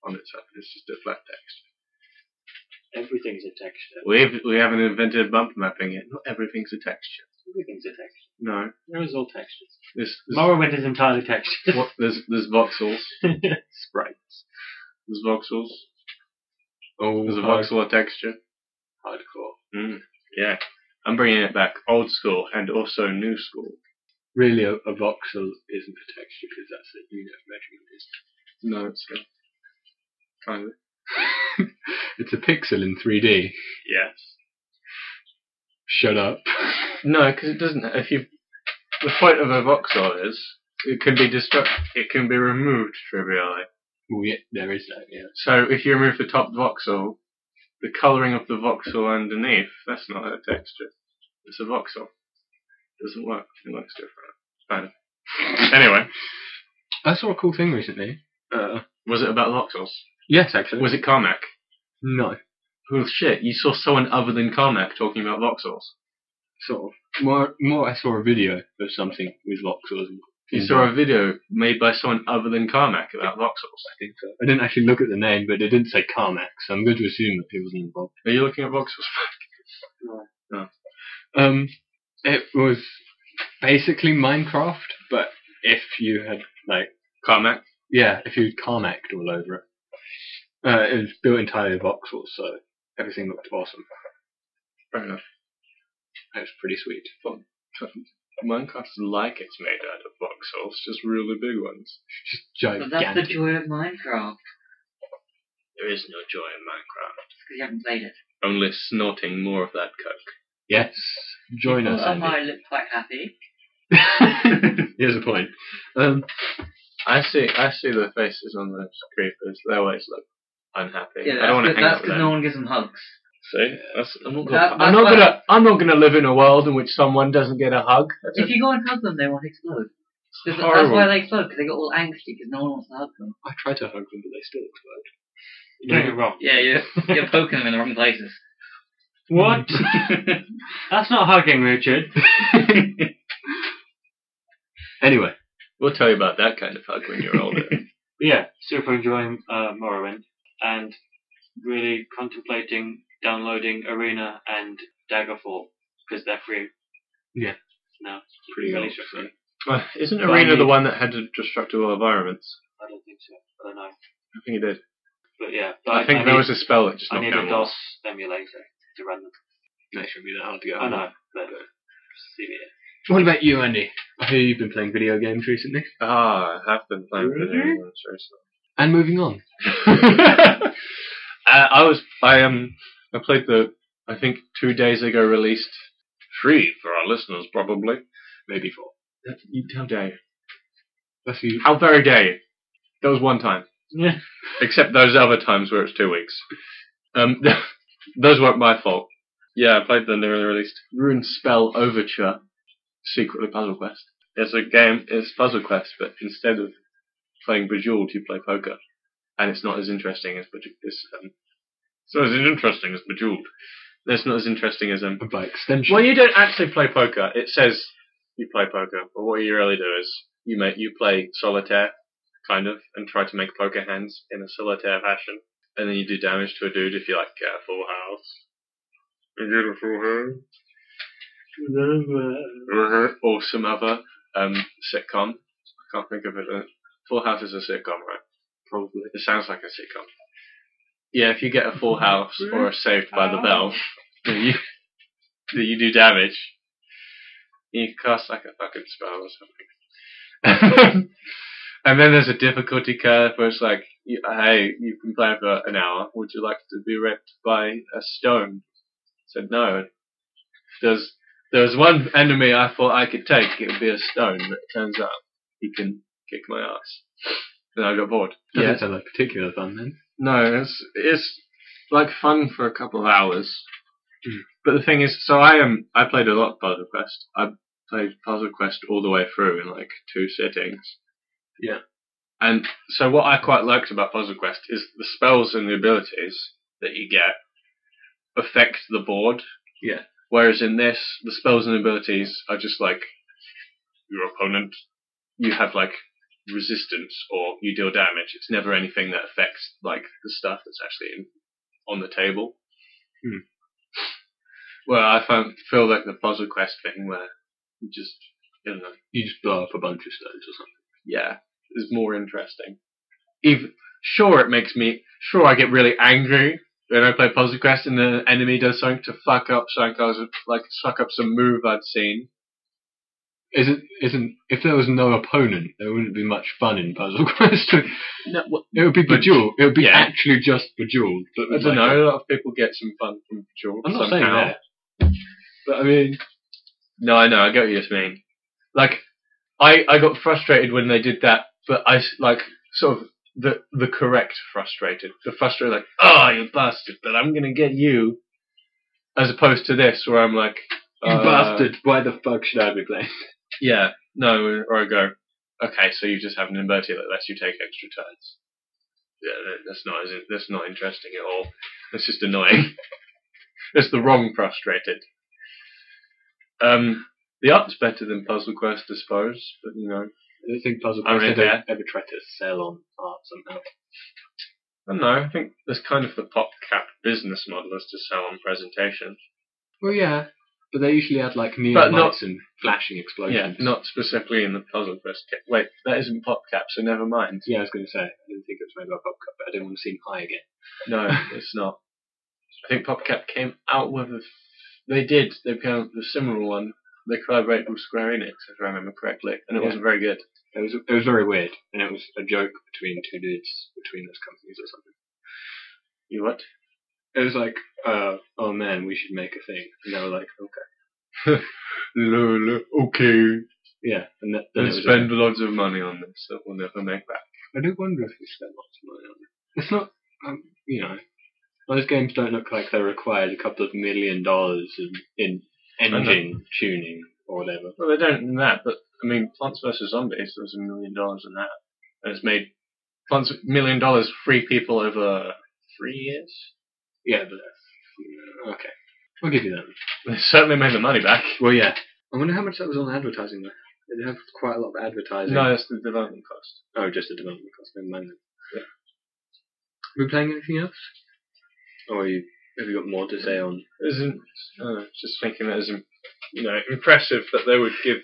on its own. It's just a flat texture.
Everything's a texture.
We've, we haven't invented bump mapping yet. Not everything's a texture.
Everything's a texture.
No.
There is all textures.
There's, there's,
Morrowind is entirely textured.
what, there's, there's voxels. Sprites. There's voxels.
oh,
uh,
There's a
hard-
voxel texture.
hardcore.
Mm, yeah. I'm bringing it back. Old school and also new school.
Really, a, a voxel isn't a texture because that's a unit of measurement. Isn't
No, it's good. Kind of.
it? It's a pixel in 3D.
Yes.
Shut up.
No, because it doesn't. If you, the point of a voxel is it can be destruct. It can be removed trivially.
Well, yeah, there is that. Yeah.
So if you remove the top voxel, the colouring of the voxel underneath, that's not a texture. It's a voxel. doesn't work. It looks different. Kind of. Anyway,
I saw a cool thing recently. Uh,
was it about voxels?
yes, actually.
Uh-huh. Was it Carmack?
no,
Well, shit, you saw someone other than Carmack talking about voxels.
sort of. More, more. I saw a video of something with voxels. and-
You saw a video made by someone other than Carmack about voxels.
I think so. I didn't actually look at the name, but it didn't say Carmack, so I'm going to assume that he wasn't involved.
Are you looking at voxels?
Um, it was basically Minecraft, but if you had like
Carmack?
yeah, if you Carmacked all over it, uh, it was built entirely of voxels, so everything looked awesome.
Fair enough.
It was pretty sweet.
Minecraft's like it's made out of voxels, just really big ones.
Just
But that's the
gigantic.
joy of Minecraft.
There is no joy in Minecraft.
Because you haven't played it.
Only snorting more of that coke.
Yes, join us.
Well,
Andy.
I look quite happy.
Here's a point. Um,
I see I see the faces on those creepers. They always look unhappy.
Yeah,
I don't want to
that's
hang
that's
out with
because
them.
no one gives them hugs.
See? That's, I'm not, gonna,
That-
I'm,
that's
not
why-
gonna, I'm not gonna live in a world in which someone doesn't get a hug. That's
If you go and hug them, they won't explode. 'Cause That's
horrible.
why they explode, because they get all angsty, because no one wants to hug them.
I tried to hug them, but they still explode.
You're doing it wrong.
Yeah, you're, you're poking them in the wrong places.
What? That's not hugging, Richard.
anyway,
We'll tell you about that kind of hug when you're older.
But yeah, super enjoying uh, Morrowind and really contemplating downloading Arena and Daggerfall because they're free.
Yeah.
No, you
Pretty
can
well.
release it free.
Uh, isn't
But
Arena
I mean-
the one that had the destructible environments?
I don't think so. I don't know.
I think it did.
But yeah, but
I, think
I
there
need,
was a spell that just
I
knocked
need
down
a
walls.
DOS emulator to run them.
That should be that hard to get.
I
over.
know, but see it.
what about you, Andy?
I hear you've been playing video games recently.
Ah, I have been playing video
Really?
games recently.
And moving on.
uh, I was I um I played the I think two days ago released free for our listeners probably.
Maybe four.
That- you- How dare you?
That's you.
How very dare you? That was one time.
Yeah.
Except those other times where it's two weeks. Um, those weren't my fault. Yeah, I played the newly released Rune Spell Overture, secretly Puzzle Quest. It's a game. It's Puzzle Quest, but instead of playing Bejeweled, you play poker, and it's not as interesting as Bejeweled. It's, um, it's not as interesting as Bejeweled. It's not as interesting as um,
And by extension,
well, you don't actually play poker. It says you play poker, but what you really do is you make you play solitaire, kind of, and try to make poker hands in a solitaire fashion, and then you do damage to a dude if you like get a full house. You get a full house, Uh-huh. or some other um, sitcom. I can't think of it. uh, Full House is a sitcom, right?
probably.
It sounds like a sitcom. Yeah, if you get a full house or a saved by the bell, then you, then you do damage. You cast like a fucking spell or something. and then there's a difficulty curve where it's like, you- hey, you've been playing for an hour. Would you like to be raped by a stone? I said no. There's there was one enemy I thought I could take. It would be a stone, but it turns out he can kick my ass. And I got bored.
Doesn't sound like particular fun then.
No, it's it's like fun for a couple of hours.
Hmm.
But the thing is, so I um I played a lot of Puzzle Quest. I played Puzzle Quest all the way through in like two sittings.
Yeah.
And so what I quite liked about Puzzle Quest is the spells and the abilities that you get affect the board.
Yeah.
Whereas in this, the spells and abilities are just like your opponent. You have like resistance or you deal damage. It's never anything that affects like the stuff that's actually in, on the table.
Hmm.
Well, I found, feel like the puzzle quest thing where you just you know
You just blow up a bunch of stones or something.
yeah is more interesting. Even sure it makes me sure I get really angry when I play puzzle quest and the enemy does something to fuck up something I was like suck up some move I'd seen.
Isn't isn't if there was no opponent, there wouldn't be much fun in Puzzle Quest.
No, what,
it would be
But-
bejeweled. It would be
yeah.
actually just bejeweled. But
I
with
don't
like
know. A lot of people get some fun from Jewel.
a- I'm not
somehow.
saying that. But I mean,
No, I know. I get what you just mean. Like, I I got frustrated when they did that, but I s- like sort of the the correct frustrated, the frustrated like, oh, you bastard, but I'm gonna get you, as opposed to this where I'm like,
you
uh,
bastard! Why the fuck should I be playing?
yeah, no, or I go, okay, so you just have an ability that lets you take extra turns. Yeah, that- that's not as in- that's not interesting at all. That's just annoying. it's the wrong frustrated. Um, the art's better than Puzzle Quest, I suppose, but you know,
I don't think Puzzle
I
Quest
mean,
ever,
yeah.
ever tried to sell on art somehow.
I don't know. I think that's kind of the pop cap business model is to sell on presentation,
Well, yeah, but they usually had like neon
But not-
lights and flashing
yeah,
explosions.
not specifically in the Puzzle Quest. Ca- Wait, that isn't pop cap, so never mind.
Yeah, I was going to say. I didn't think it was made by PopCap, but I didn't want to seem high again.
No, it's not. I think PopCap came out with a. They did. They came out with a similar one. They collaborated with Square Enix, if I remember correctly, and it
Yeah.
wasn't very good.
It was it was very weird, and it was a joke between two dudes between those companies or something.
You what?
It was like, uh, oh man, we should make a thing, and they were like, okay,
Lola, okay.
yeah, and that, then
They
it was.
spend loads of money on this that we'll never make back.
I do wonder if they spent lots of money on it. It's not, um, you know, those games don't look like they required a couple of million dollars in, in
know.
engine tuning or whatever.
Well, they don't in that, but I mean, Plants vs Zombies. There was a million dollars in that, and it's made Plants million dollars free people over three years.
Yeah, but that's, okay, I'll give you that.
They certainly made the money back.
Well, yeah. I wonder how much that was on advertising though. They did have quite a lot of advertising.
No, that's the development cost.
Oh, just the development cost. Never mind then.
Yeah.
Are we playing anything else? Or are you, have you got more to say on?
isn't uh, just thinking that is im- you know impressive that they would give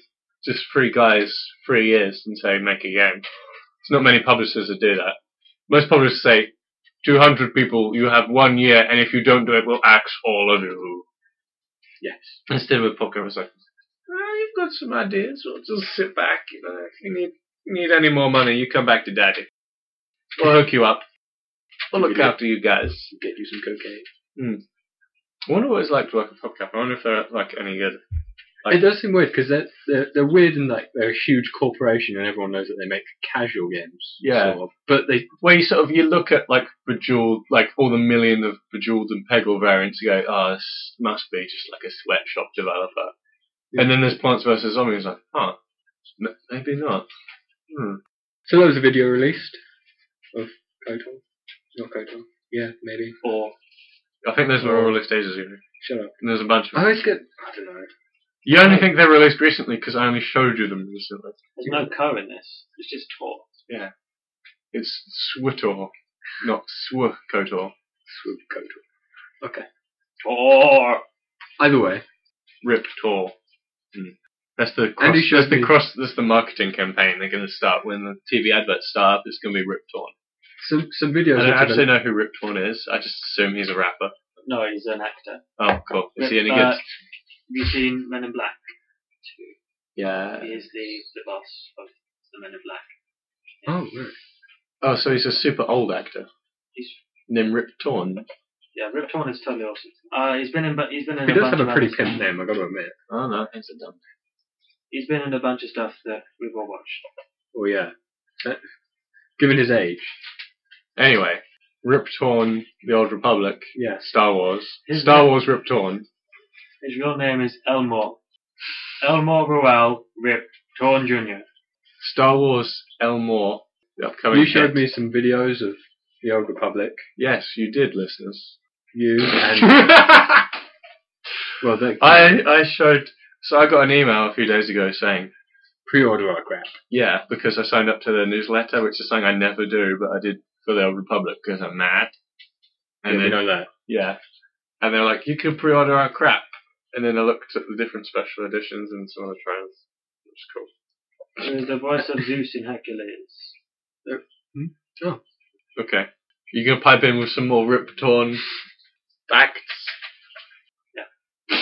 just three guys three years and say make a game. It's not many publishers that do that. Most publishers say, 200 people, you have one year, and if you don't do it, we'll axe all of you.
Yes.
Instead of poker, it's like, oh, you've got some ideas, we'll just sit back, you know, if you need, you need any more money, you come back to daddy. We'll hook you up. We'll look
Really?
after you guys.
Get you some cocaine.
I wonder what it's like to work at PopCap. I wonder if they're like any good. Like-
it does seem weird because they're, they're they're weird and like they're a huge corporation and everyone knows that they make casual games.
Yeah.
sort of. but they
Where you sort of you look at like Bejeweled, like all the million of Bejeweled and Peggle variants, you go, oh, this must be just like a sweatshop developer. And then there's Plants vs Zombies, like, oh, m- maybe not. Hmm.
so there was a video released of Kotor. Not Kotor. Yeah, maybe.
Or I think those were all released ages ago.
Shut up.
And there's a bunch of
I
them.
always get. I don't know.
You only think they're released recently because I only showed you them recently.
There's no co in this. It's just talk.
It's Switor, not Swkotor.
Swoop Kotor.
Tor.
Either way,
Riptor. Mm. That's the cross,
Andy
that's
showed
the
me-
cross that's the marketing campaign they're going to start when the TV adverts start up. It's going to be Riptorn.
some some
I
videos. which
don't
have
actually know who Riptorn is. I just assume he's a rapper.
No, he's an actor.
Oh, cool. Is he any
Uh,
good?
Have you seen Men in Black? Two.
Yeah.
He is the, the boss of the Men in Black.
been- Oh, right.
Oh, so he's a super old actor
He's
named Riptorn.
yeah, Rip Torn is totally awesome. Uh, he's been in bu- he's been in
He
a
does
bunch
have a
of
pretty
other
pimp
stuff.
name. I gotta admit.
Oh no, it's a dumb.
He's been in a bunch of stuff that we've all watched.
Oh yeah. That- Given his age,
Anyway, Riptorn, the Old Republic,
yes.
Star Wars,
His
Star
name-
Wars Riptorn.
His real name is Elmore. Elmore Ruel Rip Torn Jr.
Star Wars Elmore, the upcoming.
You showed
hit.
me some videos of the Old Republic.
Yes, you did, listeners.
You and
I
well, they
I showed. So I got an email a few days ago saying,
pre-order our crap.
yeah, because I signed up to their newsletter, which is something I never do, but I did for the Old Republic because I'm mad. And
And you
then
know that.
yeah, and they're like, you can pre-order our crap. And then I looked at the different special editions and some other trials, which is cool.
He was the voice of Zeus in Hercules.
Okay. You gonna pipe in with some more Riptorn facts?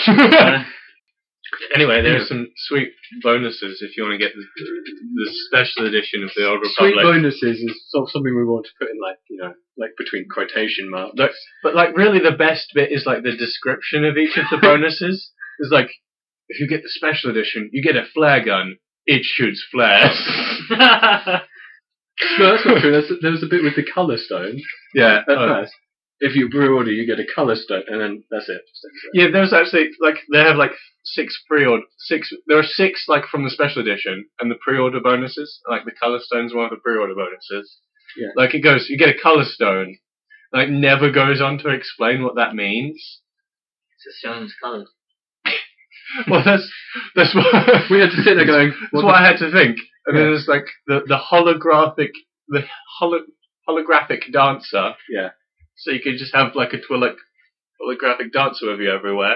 Yeah. anyway, there are some sweet bonuses if you want to get the, the special edition of the Old
Sweet
Republic.
bonuses is sort of something we want to put in, like you know, like between quotation marks.
Like- but like, really, the best bit is like the description of each of the bonuses. It's like, if you get the special edition, you get a flare gun. It shoots flares.
No, that's not true. There's, there was a bit with the color stone.
yeah.
At
oh,
first, if you pre-order, you get a color stone, and then that's it. Just that's it.
Yeah, there's actually like they have like six pre-order six. There are six like from the special edition and the pre-order bonuses. Like the color stone's one of the pre-order bonuses.
Yeah.
Like it goes, you get a color stone. Like never goes on to explain what that means.
It's showing his colours.
Well, that's that's what that's
We had to sit there going,
what,
what
I had to think. And then
Yeah.
there's like the the holographic the holo, holographic dancer.
Yeah.
So you could just have like a twillic holographic dancer with you everywhere.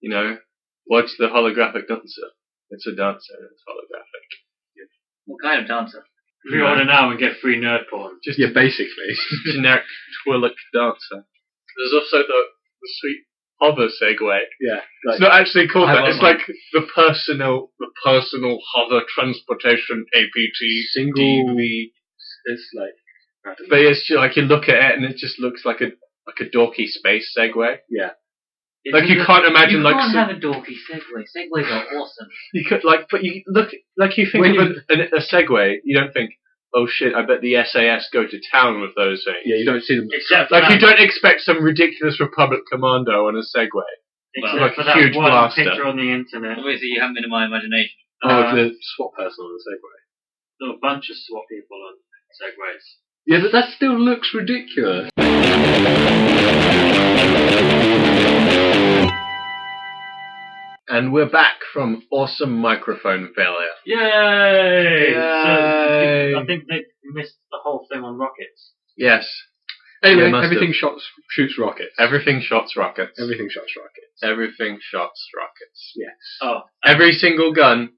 You know, what's the holographic dancer? It's a dancer. It's holographic.
What kind of dancer?
Pre-order now and get free nerd porn.
Just
yeah, basically.
a generic twillic dancer. There's also the, the sweet hover segue.
Yeah,
it's not actually called
I
that.
want
It's
one.
like the personal, the personal hover transportation APT
Single.
DV.
It's like. I don't know.
But it's ju- like you look at it and it just looks like a like a dorky space segue. Like you can't imagine
you
like
can't
some-
have a dorky Segway. Segways are awesome.
You could like, but you look like you think
When
of a, a, a segue. You don't think, oh shit! I bet the SAS go to town with those things.
Yeah, you don't see them.
Except for
Like you
that,
don't expect some ridiculous Republic commando on a segue.
except
like
for
a
that
huge
one
blaster.
picture on the internet.
Obviously, you haven't been in my imagination.
oh,
Uh,
the swap person on the Segway.
There were a bunch of SWAT people on segways.
Yeah, but that still looks ridiculous.
And we're back from awesome microphone failure.
Yay! So,
Yay.
I think they missed the whole thing on rockets.
Yes,
Anyway,
Yeah, must
everything
have.
shots shoots rockets.
everything shots rockets.
everything shots rockets.
Everything shots rockets.
Yes.
Oh,
Every single gun,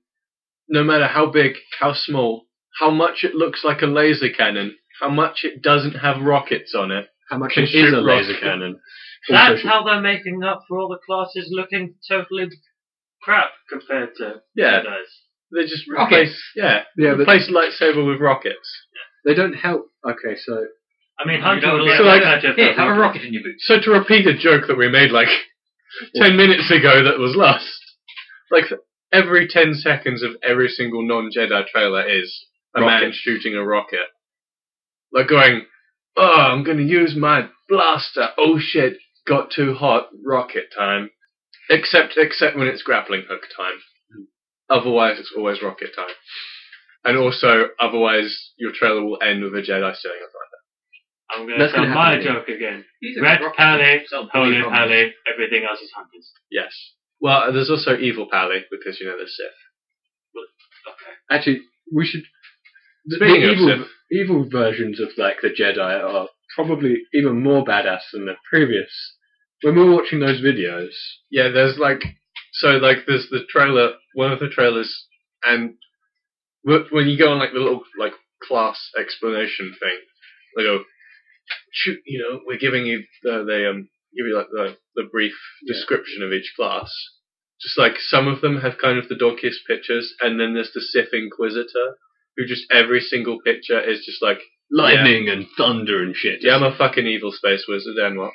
no matter how big, how small, how much it looks like a laser cannon, how much it doesn't have rockets on it.
How much
Can
is
shoot
a laser
rockets.
cannon?
that's
Also
how they're making up for all the classes looking totally crap compared to
Yeah,
the others.
they just
Rockets.
replace- Yeah,
shoot- Yeah, but
replace lightsaber with rockets.
they don't help. Okay, so
I mean,
You
Hunter
don't
would
like-
get
So, like,
mad if
Here,
there
have
was
a rocket in your boot.
So to repeat a joke that we made like ten minutes ago that was lost, like every ten seconds of every single non-Jedi trailer is a man
Rocket.
shooting a rocket, like going, "Oh, I'm gonna use my blaster. Oh shit, got too hot. Rocket time." Except, except when it's grappling hook time. Otherwise, it's always rocket time. And also, otherwise, your trailer will end with a Jedi sitting up like
I'm going to
That's
tell
gonna
my
happen
joke again.
These are
Red
rocket
Pally,
ships, so
Holy
big problems.
Pally, everything else is hunters.
that. Yes. Well, uh, there's also evil Pally because you know the Sith.
Okay.
Actually, we should. The,
Speaking
the
of
evil, evil versions of like the Jedi are probably even more badass than the previous. When we were watching those videos,
Yeah, there's like so like there's the trailer, one of the trailers, and wh- when you go on like the little like class explanation thing, they go, shoot, you know, we're giving you the, they um give you like the the brief description of each class. Just like some of them have kind of the dorkiest pictures, and then there's the Sith Inquisitor, who just every single picture is just like,
lightning and thunder and shit.
yeah, I'm a fucking evil space wizard, and what?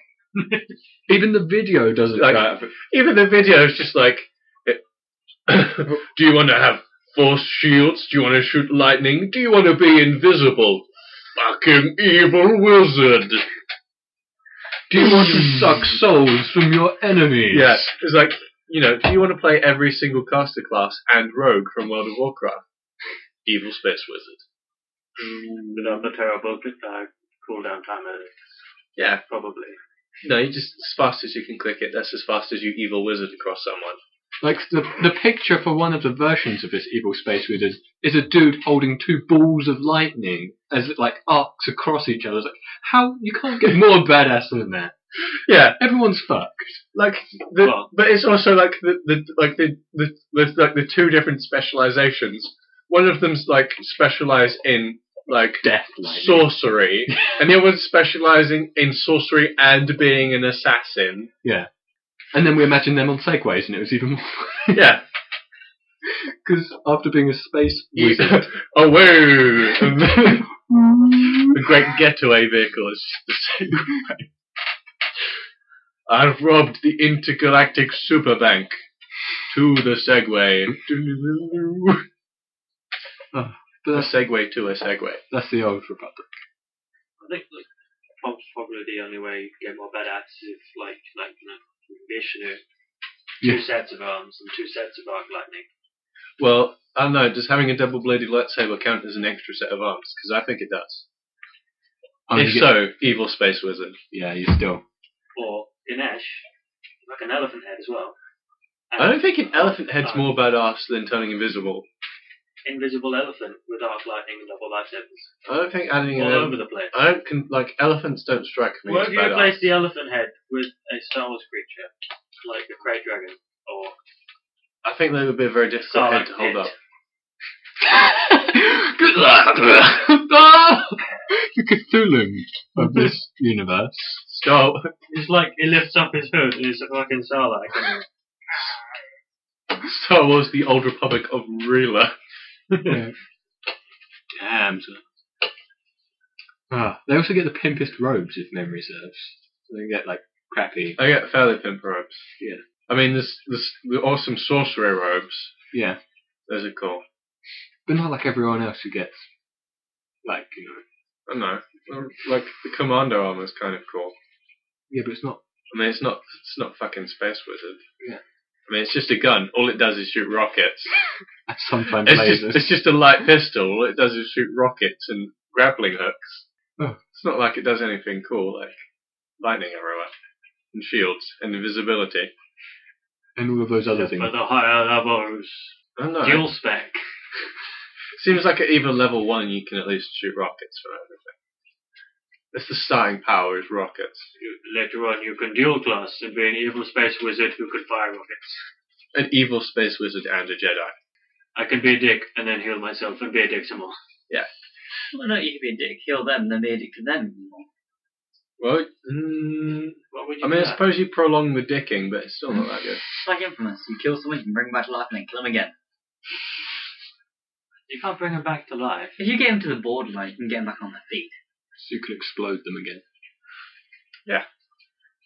even the video doesn't.
Like-
try-
even the video is just like, it- do you want to have force shields? Do you want to shoot lightning? Do you want to be invisible? Fucking evil wizard.
do you want to suck souls from your enemies?
Yes, it's like you know. Do you want to play every single caster class and rogue from World of Warcraft? Evil space wizard.
Mm, Without the terrible uh, cooldown time, uh,
Yeah.
probably.
No, you just as fast as you can click it. That's as fast as you evil wizard across someone.
Like the the picture for one of the versions of this evil space wizard is a dude holding two balls of lightning as it like arcs across each other. It's like how you can't get more badass than that.
Yeah,
Everyone's fucked.
like the,
Well-
but it's also like the, the like the, the, the like the two different specializations. One of them's like specialize in like
Death
sorcery, and the other one's specializing in sorcery and being an assassin.
And then we imagined them on segways, and it was even more
Yeah.
because after being a space
He-
wizard,
oh whoa! the great getaway vehicle is just the same. I've robbed the intergalactic superbank to the Segway.
but
The
that's,
Segway to a Segway.
that's the old Republic.
I think like, prob- probably the only way you can get more badass is if like like you know, Vishnu, two sets of arms and two sets of arc lightning.
Well, I don't know. Does having a double-bladed lightsaber count as an extra set of arms? Because I think it does.
Oh,
if
you get-
so, evil space wizard.
yeah, you still.
Or Ganesh, like an elephant head as well. And
I don't think an elephant head's
Uh,
more badass than turning invisible.
invisible elephant with arc lightning and double lightsabers
I don't think adding an
all over
elephant.
the place.
I don't con- like elephants don't strike me
What
as
if you
badass.
replace the elephant head with a Star Wars creature, like a Grey Dragon or
I think they would be a very difficult head
Sarlacc
to hold
pit.
up.
Good luck. the Cthulhu of this universe.
Star
It's like he lifts up his hood and it's a fucking Sarlacc. and
Star Wars: The Old Republic of Reela.
Damn. son. Ah, they also get the pimpest robes if memory serves. They get like crappy.
I get fairly pimp robes.
Yeah.
I mean, there's there's the awesome sorcery robes.
Yeah,
Those are cool.
but not like everyone else who gets like you know.
I don't know. Like the commando armor's kind of cool.
Yeah, but it's not.
I mean, it's not it's not fucking space wizard.
Yeah.
I mean, it's just a gun. All it does is shoot rockets.
Sometimes
It's
lasers.
just it's just a light pistol. All it does is shoot rockets and grappling hooks.
Oh.
It's not like it does anything cool like lightning everywhere and shields and invisibility.
and all of those other things.
For the higher levels,
I don't know.
dual spec.
Seems like at even level one, you can at least shoot rockets from everything. That's the starting power is rockets.
You- Later on, you can dual class and be an evil space wizard who can fire rockets.
An evil space wizard and a Jedi.
I can be a dick and then heal myself and be a dick some more.
Well, no, you could be a dick, kill them, then be a dick to them. anymore.
Well, mm,
What would you
I mean,
do?
I suppose you prolong the dicking, but it's still not that good.
It's like Infamous. You kill someone, you can bring them back to life, and then kill them again.
you can't bring him back to life.
If you get them to the borderline, you can get them back on their feet.
So you can explode them again.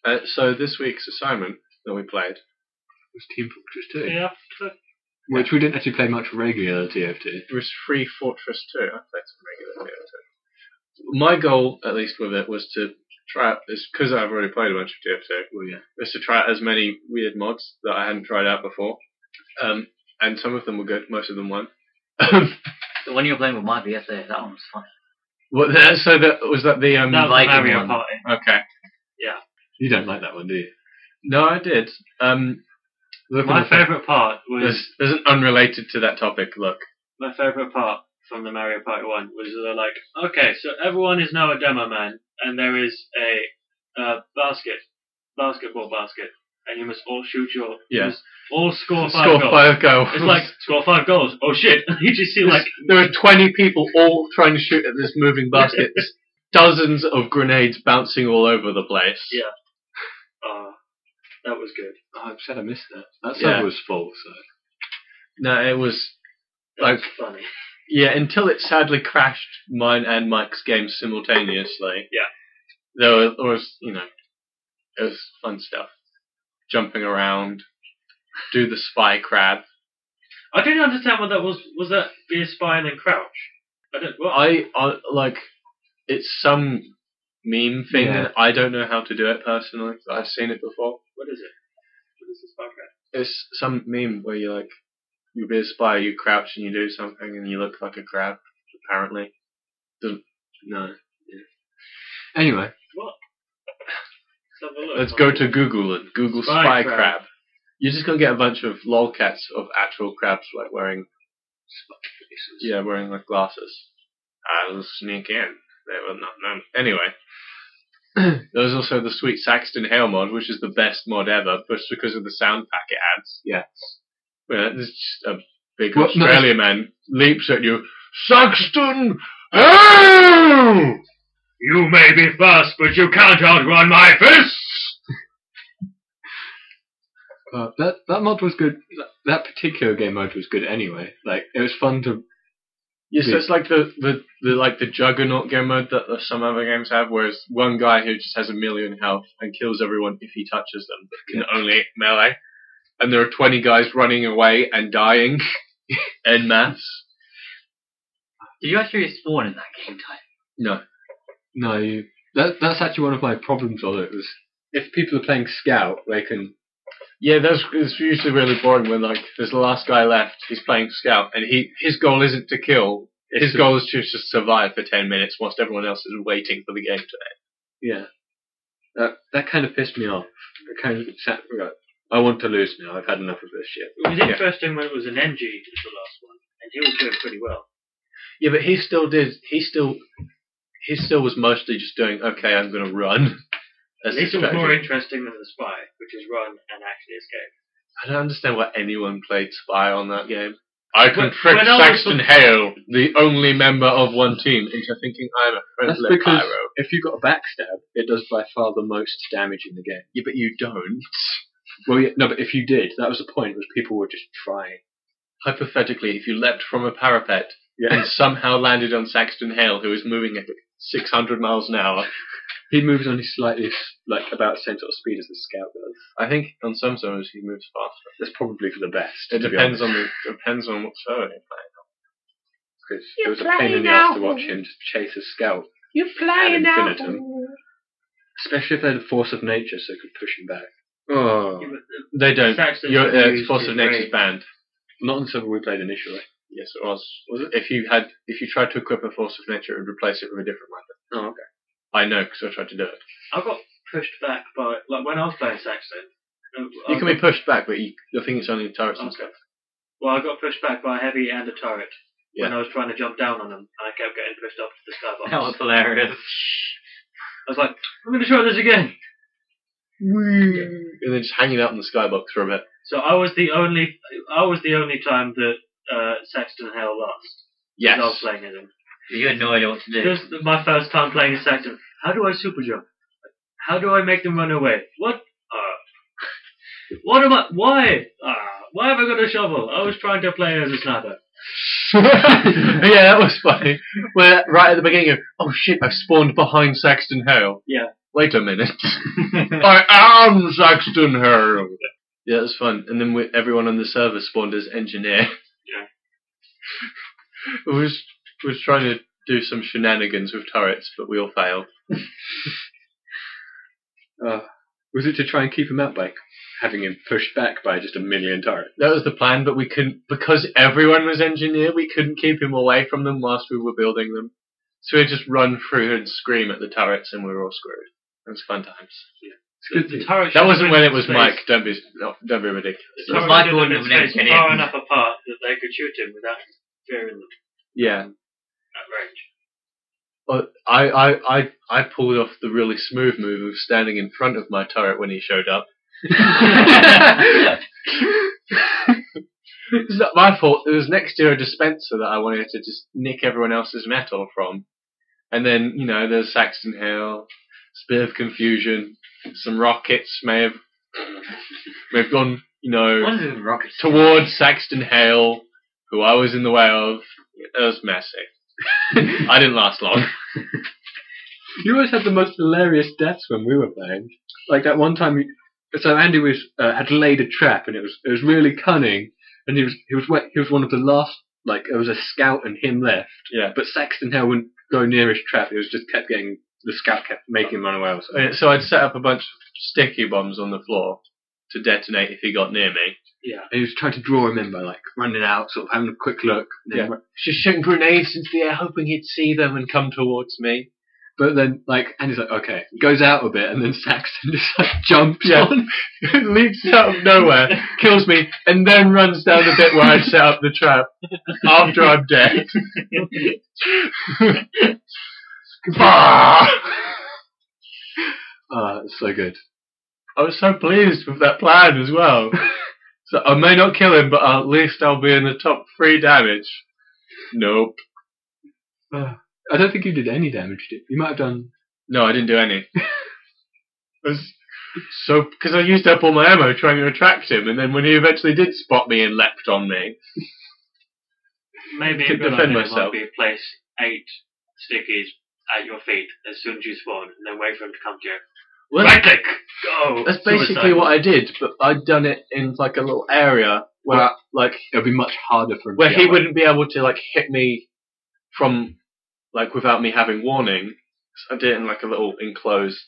Uh, so this week's assignment that we played
It was Team Fortress 2.
Yeah, but
which we didn't actually play much regular TFT.
It was Free Fortress 2. I played some regular TFT. My goal, at least with it, was to try out, because I've already played a bunch of TFT,
Well, yeah.
was to try out as many weird mods that I hadn't tried out before. Um, and some of them were good, most of them weren't. Um,
The one you were playing with my VSA, that one was fun.
what the, so that was that the um,
That was
Viking
Mario
one.
Party.
okay.
You don't like that one, do you?
No, I did. Um, look
My
on the-
favourite part was
There's, there's an unrelated to that topic. Look,
my favourite part from the Mario Party one was they're like, okay, so everyone is now a demo man, and there is a uh, basket, basketball basket, and you must all shoot your,
Yeah.
you must all score five
score
goals.
five goals.
It's like score five goals. Oh shit! you just see like
there are 20 people all trying to shoot at this moving basket. There's dozens of grenades bouncing all over the place.
Yeah. Oh, that was good.
Oh, I'm sad I missed that. That
Yeah.
server was full, so.
No, it was
That
Like-
was funny.
yeah until it sadly crashed mine and Mike's game simultaneously.
Yeah.
There was, there was you know, it was fun stuff. Jumping around, do the spy crab.
I didn't understand what that was. Was that be a spy and then crouch? I don't. Well,
I, I like it's some meme thing.
Yeah.
and I don't know how to do it personally. But I've seen it before.
what is it? What is this podcast?
It's some meme where you like you be a spy, you crouch and you do something, and you look like a crab. Apparently, doesn't no.
Anyway,
Let's, have a look.
Let's go to Google and Google
Spy
spy,
crab.
crab. You're just gonna get a bunch of lolcats of actual crabs like wearing yeah wearing like glasses. I'll sneak in. They will not know. Anyway, there's also the Sweet Saxton Hale mod, which is the best mod ever, just because of the sound pack it adds.
Yeah.
Well, there's just a big
Well, no,
Australian man leaps at you. Saxton Hale.
You may be fast, but you can't outrun my fists.
uh, that that mod was good. That, that particular game mode was good anyway. Like it was fun to.
Yes,
Yeah.
it's like the, the, the like the juggernaut game mode that some other games have, where it's one guy who just has a million health and kills everyone if he touches them, but can only melee. And there are twenty guys running away and dying en masse.
Did you actually spawn in that game time?
No,
No, you, that that's actually one of my problems on it was if people are playing Scout, they can.
yeah, that's it's usually really boring when like there's the last guy left, he's playing scout, and he his goal isn't to kill. His goal is to just survive for ten minutes whilst everyone else is waiting for the game to end.
Yeah, that that kind of pissed me off. It kind of sat. right, I want to lose now. I've had enough of this shit.
It was
Yeah.
interesting when it was an NG did the last one, and he was doing pretty well.
Yeah, but he still did. He still he still was mostly just doing okay. I'm gonna run.
At
That's
least
the
it was more
strategy.
interesting than the spy, which is run and actually escape.
I don't understand why anyone played spy on that game. I can
When-
trick
when I was-
Saxton Hale, the only member of one team, into thinking I'm a
That's
friendly
because
pyro.
if you got a backstab, it does by far the most damage in the game.
Yeah, but you don't.
Well, yeah, no, but if you did, that was the point. Was people were just trying.
Hypothetically, if you leapt from a parapet
Yeah,
and somehow landed on Saxton Hale, who is moving at 600 miles an hour,
he moves on his slightly like about the same sort of speed as the scout does.
I think on some zones he moves faster.
That's probably for the best.
It depends on the depends on what zone.
Because it was a pain in the ass to watch him just chase a scout. You're flying out. Especially if they had a force of nature, so it could push him back. Oh,
Yeah, but um, the-
They don't.
Saxon
Your uh,
used
force
his
of nature's banned.
brain.
not on server we played initially.
Yes, it was. Was it? If you had, if you tried to equip a force of nature, it would replace it with a different weapon.
Oh, okay.
I know because I tried to do it.
I got pushed back by like when I was playing Saxon. uh,
You
I
can
got-
be pushed back, but you, the thing is only turrets and
Okay.
stuff.
Well, I got pushed back by a heavy and a turret
Yeah.
when I was trying to jump down on them, and I kept getting pushed up to the skybox.
That was hilarious.
I was like, I'm going to try this again.
And then just hanging out in the skybox for a bit.
So I was the only, I was the only time that uh, Saxton Hale lost. 'cause
Yes.
I was playing as him.
You had no idea what to do.
This is my first time playing as Saxton. How do I super jump? How do I make them run away? What? Uh, what am I? Why? Uh, why have I got a shovel? I was trying to play as a sniper.
yeah, that was funny. Where right at the beginning, of, oh shit, I've spawned behind Saxton Hale.
Yeah.
Wait a minute. I am Saxton Hale. Yeah, that was fun. And then we, everyone on the server spawned as engineer.
Yeah.
we was we was trying to do some shenanigans with turrets, but we all failed.
Uh, was it to try and keep him out by having him pushed back by just a million turrets?
That was the plan, but we couldn't because everyone was engineer. We couldn't keep him away from them whilst we were building them. So we just run through and scream at the turrets, and we were all screwed. It was fun times.
The, the turret should
That
have
wasn't
been
when
in
it was
space.
Mike. Don't be no, don't be ridiculous.
The
It was
turret
Mike
should
who
have been
wouldn't have been
spaced
engineered.
far enough apart that they could shoot him without fearing them
Yeah,
at range.
Well, I, I I I pulled off the really smooth move of standing in front of my turret when he showed up. It's not my fault. It was next to a dispenser that I wanted to just nick everyone else's metal from. And then, you know, there's Saxton Hill, it's a bit of confusion. Some rockets may have may have gone, you
What
know,
is it, rockets?
towards Saxton Hill, who I was in the way of. It was messy. I didn't last long.
You always had the most hilarious deaths when we were playing. Like that one time, you, so Andy was uh, had laid a trap, and it was it was really cunning. And he was he was wa- he was one of the last. Like there was a scout and him left.
Yeah.
But Saxton Hill wouldn't go near his trap. It was just kept getting the scout kept making him run away. Or something.
Uh, So I'd set up a bunch of sticky bombs on the floor to detonate if he got near me.
Yeah.
And he was trying to draw him in by like running out, sort of having a quick look. and then-
Just shooting grenades into the air, hoping he'd see them and come towards me.
But then like Andy's like okay, goes out a bit, and then Saxton just like jumps
Yeah.
on.
leaps out of nowhere, kills me, and then runs down the bit where I set up the trap after I'm dead. Bah!
Ah, it's so good.
I was so pleased with that plan as well. So I may not kill him, but at least I'll be in the top three damage. Nope.
Uh, I don't think you did any damage. Did you? you might have done
No, I didn't do any. I was so because I used up all my ammo trying to attract him, and then when he eventually did spot me and leapt on me,
Maybe
Could
a good
defend
idea
myself.
would be place eight stickies at your feet as soon as you spawn, and then wait for them to come to you.
well,
Right click, go.
That's basically
Suicide.
what I did, but I'd done it in like a little area where
Well,
like
it would be much harder for him.
where
to
he
get away.
wouldn't be able to like hit me from like without me having warning. So I did it in like a little enclosed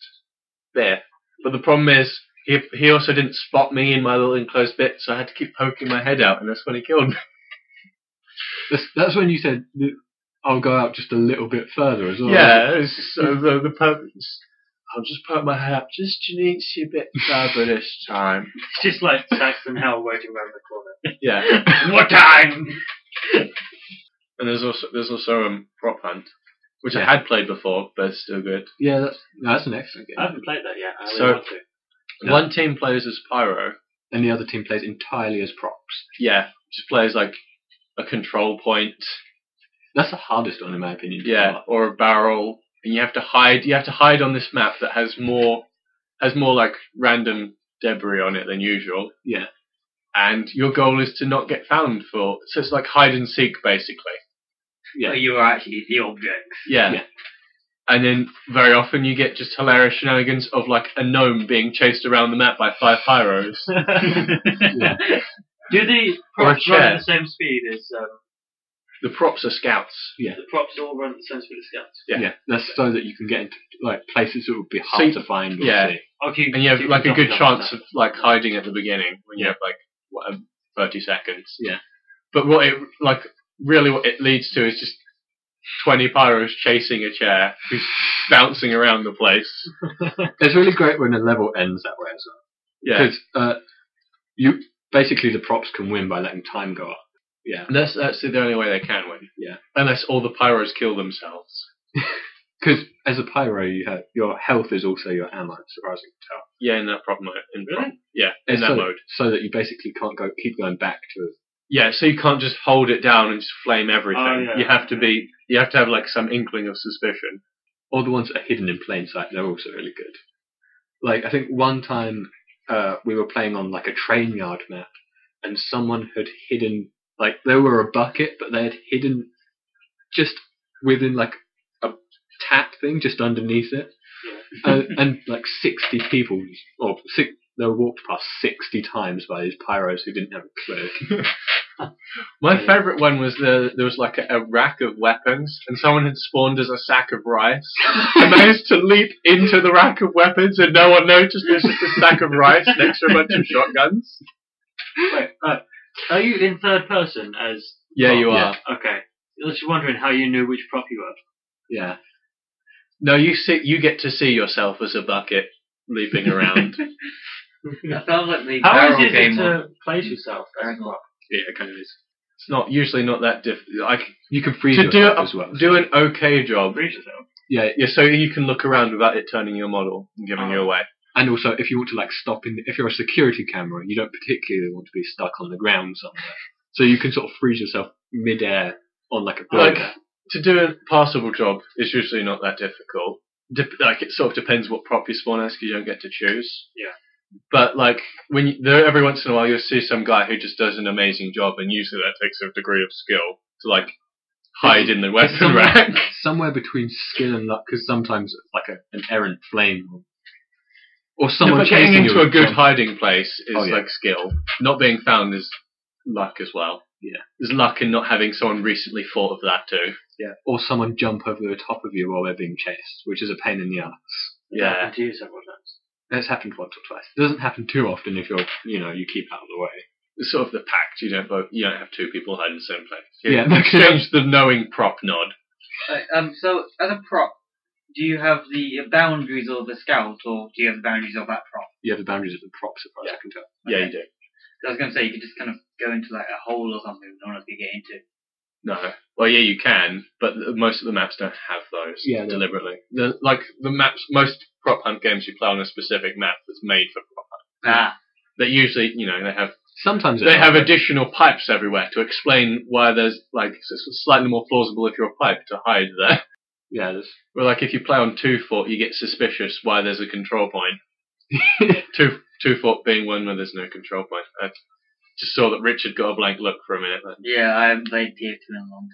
bit. But the problem is he he also didn't spot me in my little enclosed bit, so I had to keep poking my head out, and that's when he killed me.
That's, that's when you said that I'll go out just a little bit further as well.
Yeah, it was just sort of the, the purpose. I'll just poke my head out just an inch a bit further this time.
It's just like Saxon Hell waiting around the corner.
Yeah.
what time?
And there's also there's also um, prop hunt, which
Yeah.
I had played before, but it's still good.
yeah. That's no, that's an excellent game.
I haven't played that yet. I really
So-
want to.
Yeah.
One team plays as pyro.
And the other team plays entirely as props.
Yeah, just plays like a control point.
That's the hardest one in my opinion. to
Yeah,
unlock.
or a barrel, and you have to hide. You have to hide on this map that has more has more like random debris on it than usual.
Yeah.
And your goal is to not get found for so it's like hide and seek basically.
Yeah.
So you are actually the object.
Yeah.
Yeah.
And then very often you get just hilarious shenanigans of like a gnome being chased around the map by five pyros.
Do the
Or a
props run
chair.
at the same speed as um,
the props are scouts.
the props all run at the same speed as scouts?
Yeah.
yeah, That's so that you can get into like places that would be
So
hard
you-
to find. Or
yeah.
see.
Okay,
And you have
so
like
can
a good
jump
chance
down.
of like hiding at the beginning when you have like what, um, thirty seconds.
Yeah.
But what it like really what it leads to is just twenty pyros chasing a chair who's bouncing around the place.
It's really great when a level ends that way as well.
Yeah.
Because uh, you basically the props can win by letting time go up.
And that's that's the only way they can win.
Yeah.
Unless all the pyros kill themselves.
Because as a pyro, you have your health is also your ammo, as far as I can tell.
Yeah, in that prop mode. In prop-
Really?
yeah, in
It's
that
so,
mode.
so that you basically can't go keep going back to
Yeah, so you can't just hold it down and just flame everything.
Oh, yeah.
You have to be you have to have like some inkling of suspicion.
all the ones that are hidden in plain sight, they're also really good. Like I think one time uh, we were playing on like a train yard map, and someone had hidden like there were a bucket, but they had hidden just within like a tap thing, just underneath it, uh, and like sixty people or six, They were walked past 60 times by these pyros who didn't have a clue.
My favourite one was the there was like a, a rack of weapons, and someone had spawned as a sack of rice, and managed to leap into the rack of weapons, and no one noticed. There's just a sack of rice next to a bunch of shotguns.
Wait, uh, are you in third person as.
Yeah, you
Yeah.
are.
Okay. I was just wondering how you knew which prop you were.
Yeah.
No, you see, you get to see yourself as a bucket leaping around.
That sounds like the
How
barrel
easy is it
game
to
one.
place yourself? as a
Barrel
prop?
Yeah, it kind of is.
it's not usually not that difficult. I c-
You can freeze
To do
yourself
it-
as well.
do an okay job.
Freeze yourself.
yeah,
Yeah, so you can look around without it turning your model and giving you away.
and also if you want to like stop in, if you're a security camera, you don't particularly want to be stuck on the ground somewhere. So you can sort of freeze yourself midair on like a
Like,
block.
to do a passable job is usually not that difficult. Dep like it sort of depends what prop you spawn as, 'cause you don't get to choose.
Yeah.
But like when you, there, every once in a while you'll see some guy who just does an amazing job, and usually that takes a degree of skill to like hide in the weapon
Somewhere-
rack.
somewhere between skill and luck, because sometimes it's like a, an errant flame or, or someone
but
chasing
getting into
you
a good
high.
hiding place is
Oh, yeah.
like skill. Not being found is luck as well.
Yeah.
is luck in not having someone recently thought of that too.
yeah, or someone jump over the top of you while they're being chased, which is a pain in the ass.
It
Yeah,
happened to you several times.
That's happened once or twice. It doesn't happen too often if you're, you know, you keep out of the way.
it's sort of the pact. You don't both, you don't have two people hide in the same place. You
Yeah,
exchange the knowing prop nod.
Right, um, so as a prop, do you have the boundaries of the scout, or do you have the boundaries of that prop?
you have the boundaries of the props, as far as I can tell.
Yeah, you do.
'Cause I was going to say you could just kind of go into like a hole or something that no one else could get into.
No. Well, yeah, you can, but th- most of the maps don't have those
Yeah, no.
deliberately. The, like the maps, most prop hunt games you play on a specific map that's made for prop hunt.
Ah,
That usually, you know, they have
Sometimes
they
it
have
happens.
additional pipes everywhere to explain why there's like it's it's slightly more plausible if you're a pipe to hide there.
yeah, there's
Well, like if you play on two fort, you get suspicious why there's a control point. two two fort being one where there's no control point. I just saw that Richard got a blank look for a minute. Then.
yeah, I haven't played tier two in a long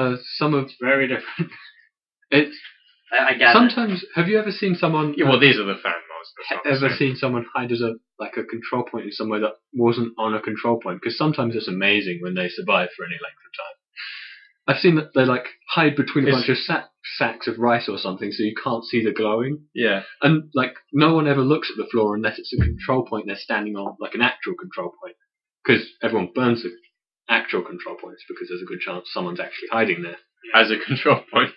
time.
uh, some of
It's very different.
it.
I, I gather.
Sometimes have you ever seen someone?
Yeah, well, these are the fan mods.
ha-
that's
ever
obviously.
seen someone hide as a like a control point in somewhere that wasn't on a control point? Because sometimes it's amazing when they survive for any length of time. I've seen that they like hide between a
It's-
bunch of sack, sacks of rice or something, so you can't see the glowing.
Yeah,
And like no one ever looks at the floor unless it's a control point they're standing on, like an actual control point, because everyone burns the actual control points because there's a good chance someone's actually hiding there.
as a control point.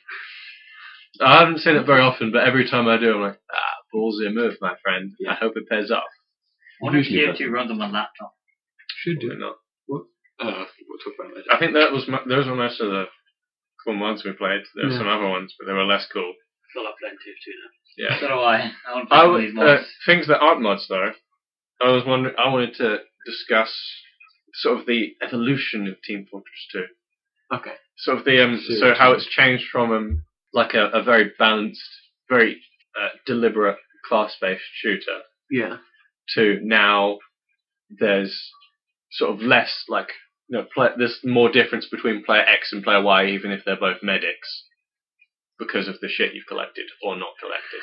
I haven't seen it very often, but every time I do, I'm like, ah, ballsy move, my friend. I hope it pays off.
I wonder if
usually
tier
doesn't.
two runs on my laptop.
Should do.
Probably not.
Uh, we'll talk about it later.
I think that was mo- those were most of the cool ones we played. There were
Yeah.
some other ones, but they were less cool.
I feel like playing tier two now.
Yeah.
So do I. I want to play
I
some of
w-
these
uh,
mods.
things that aren't mods though. I was wondering. I wanted to discuss sort of the evolution of Team Fortress Two.
Okay.
Sort of the um,
See
so
what
how
you
it's changed from um, like a, a very balanced, very uh, deliberate class-based shooter
Yeah.
to now there's sort of less like you know play, there's more difference between player X and player Y even if they're both medics because of the shit you've collected or not collected.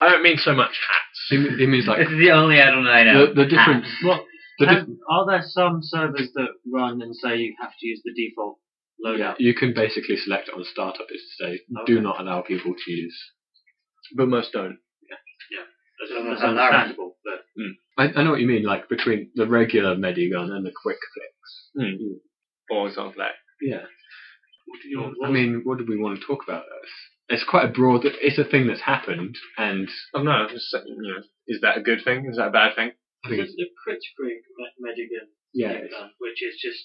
I don't mean so much hats.
It, mean- it means like
uh, this is the only add-on I know.
the, the different.
What?
The
have-
diff-
are there some servers that run and say you have to use the default
yeah,
loadout?
you can basically select on startup is to say
Okay.
do not allow people to use.
But most don't.
That's,
Yeah,
that's
that's
understandable, but
I, I know what you mean, like between the regular medigun and the quick flicks.
Mm. For example, like,
Yeah.
what do you,
I
what
mean, what do we want to talk about? It's quite a broad. It's a thing that's happened, and
Oh, I don't know. Just, saying, you know, is that a good thing? Is that a bad thing?
I think
was
it's,
the Pritzkrieg me- Medigan,
yeah,
thing
it's-
done, which is just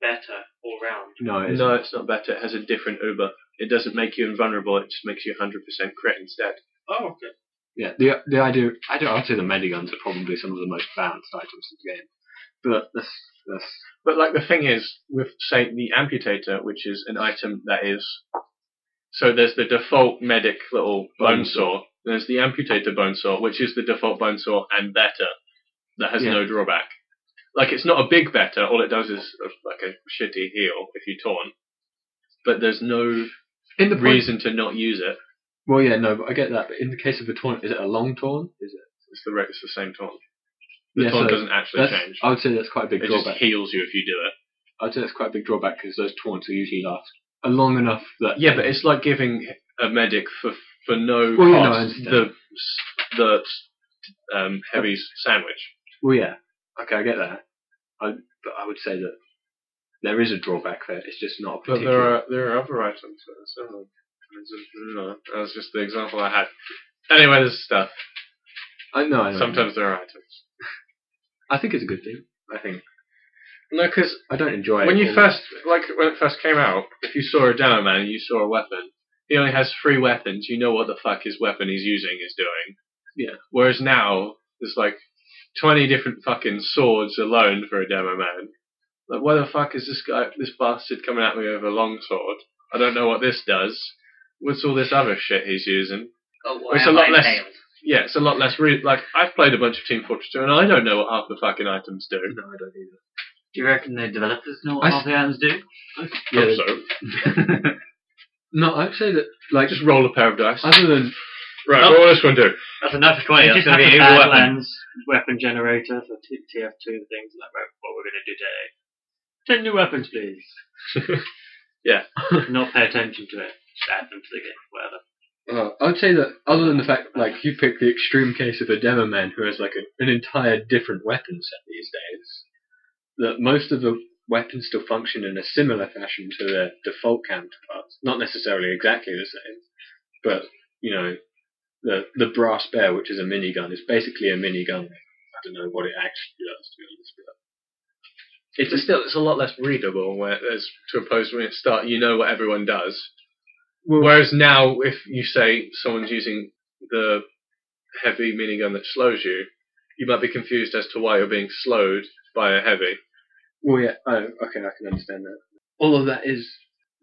better all round.
no, it's,
No, it's not better. It has a different Uber. It doesn't make you invulnerable. It just makes you 100% crit instead.
Oh, okay.
yeah. The the idea, I don't. I'd say the mediguns are probably some of the most balanced items in the game, but that's that's
But like the thing is, with say the amputator, which is an item that is, so there's the default medic little bone
Bone
saw. There's the amputator bone saw, which is the default bone saw and better, that has
Yeah.
no drawback. Like it's not a big better. All it does is uh, like a shitty heal if you torn. But there's no
in the point-
reason to not use it.
Well, yeah, no, but I get that. But in the case of a taunt, is it a long taunt? Is it?
It's the re- it's the same taunt. The
Yeah,
taunt
so
doesn't actually
That's,
change.
I would say that's quite a big
It just
drawback.
heals you if you do it.
I'd say that's quite a big drawback because those taunts will usually last a long enough that
Yeah, but it's like giving a medic for for no
Well, you know, I
cost
understand.
the the um, heavy's sandwich.
Well, yeah. Okay, I get that. I, but I would say that there is a drawback there. It's just not a
But
particular.
there are there are other items that are similar. It's just- you know, That was just the example I had. Anyway, there's stuff.
I know. I know.
Sometimes there are items.
I think it's a good thing. I think
No, because
I don't enjoy it.
when you
all
first like when it first came out, if you saw a demo man and you saw a weapon, he only has three weapons. You know what the fuck his weapon he's using is doing.
Yeah.
Whereas now there's like twenty different fucking swords alone for a demo man. Like why the fuck is this guy this bastard coming at me with a long sword? I don't know what this does. What's all this other shit he's using?
Oh,
Well, it's
am
a lot
I
less-
nailed?
Yeah, it's a lot less re- like I've played a bunch of Team Fortress 2 and I don't know what half the fucking items do.
No, I don't either.
Do you reckon the developers know
I
what all the items do?
Yeah,
Hope
there's-
so.
no, I'd say that like
Just roll a pair of dice.
other than
Right,
Oh.
what will this one do?
That's another 20.
They
That's
just
going to
have
be
a
a
bad
weapon.
lens.
weapon generator for T- TF2 and things like that. What we're going to do today. 10 new weapons, please.
Yeah.
Not pay attention to it. Just add them to the game, whatever.
uh, I would say that other than the fact like you pick the extreme case of a demo man who has like a, an entire different weapon set these days, that most of the weapons still function in a similar fashion to their default counterparts. Not necessarily exactly the same, but you know, the the brass bear, which is a minigun, is basically a minigun. I don't know what it actually does to be honest, but
It's just still it's a lot less readable where as to opposed to when it start you know what everyone does. Whereas now if you say someone's using the heavy minigun that slows you, you might be confused as to why you're being slowed by a heavy.
Well, yeah. Oh, okay. I can understand that. All of that is.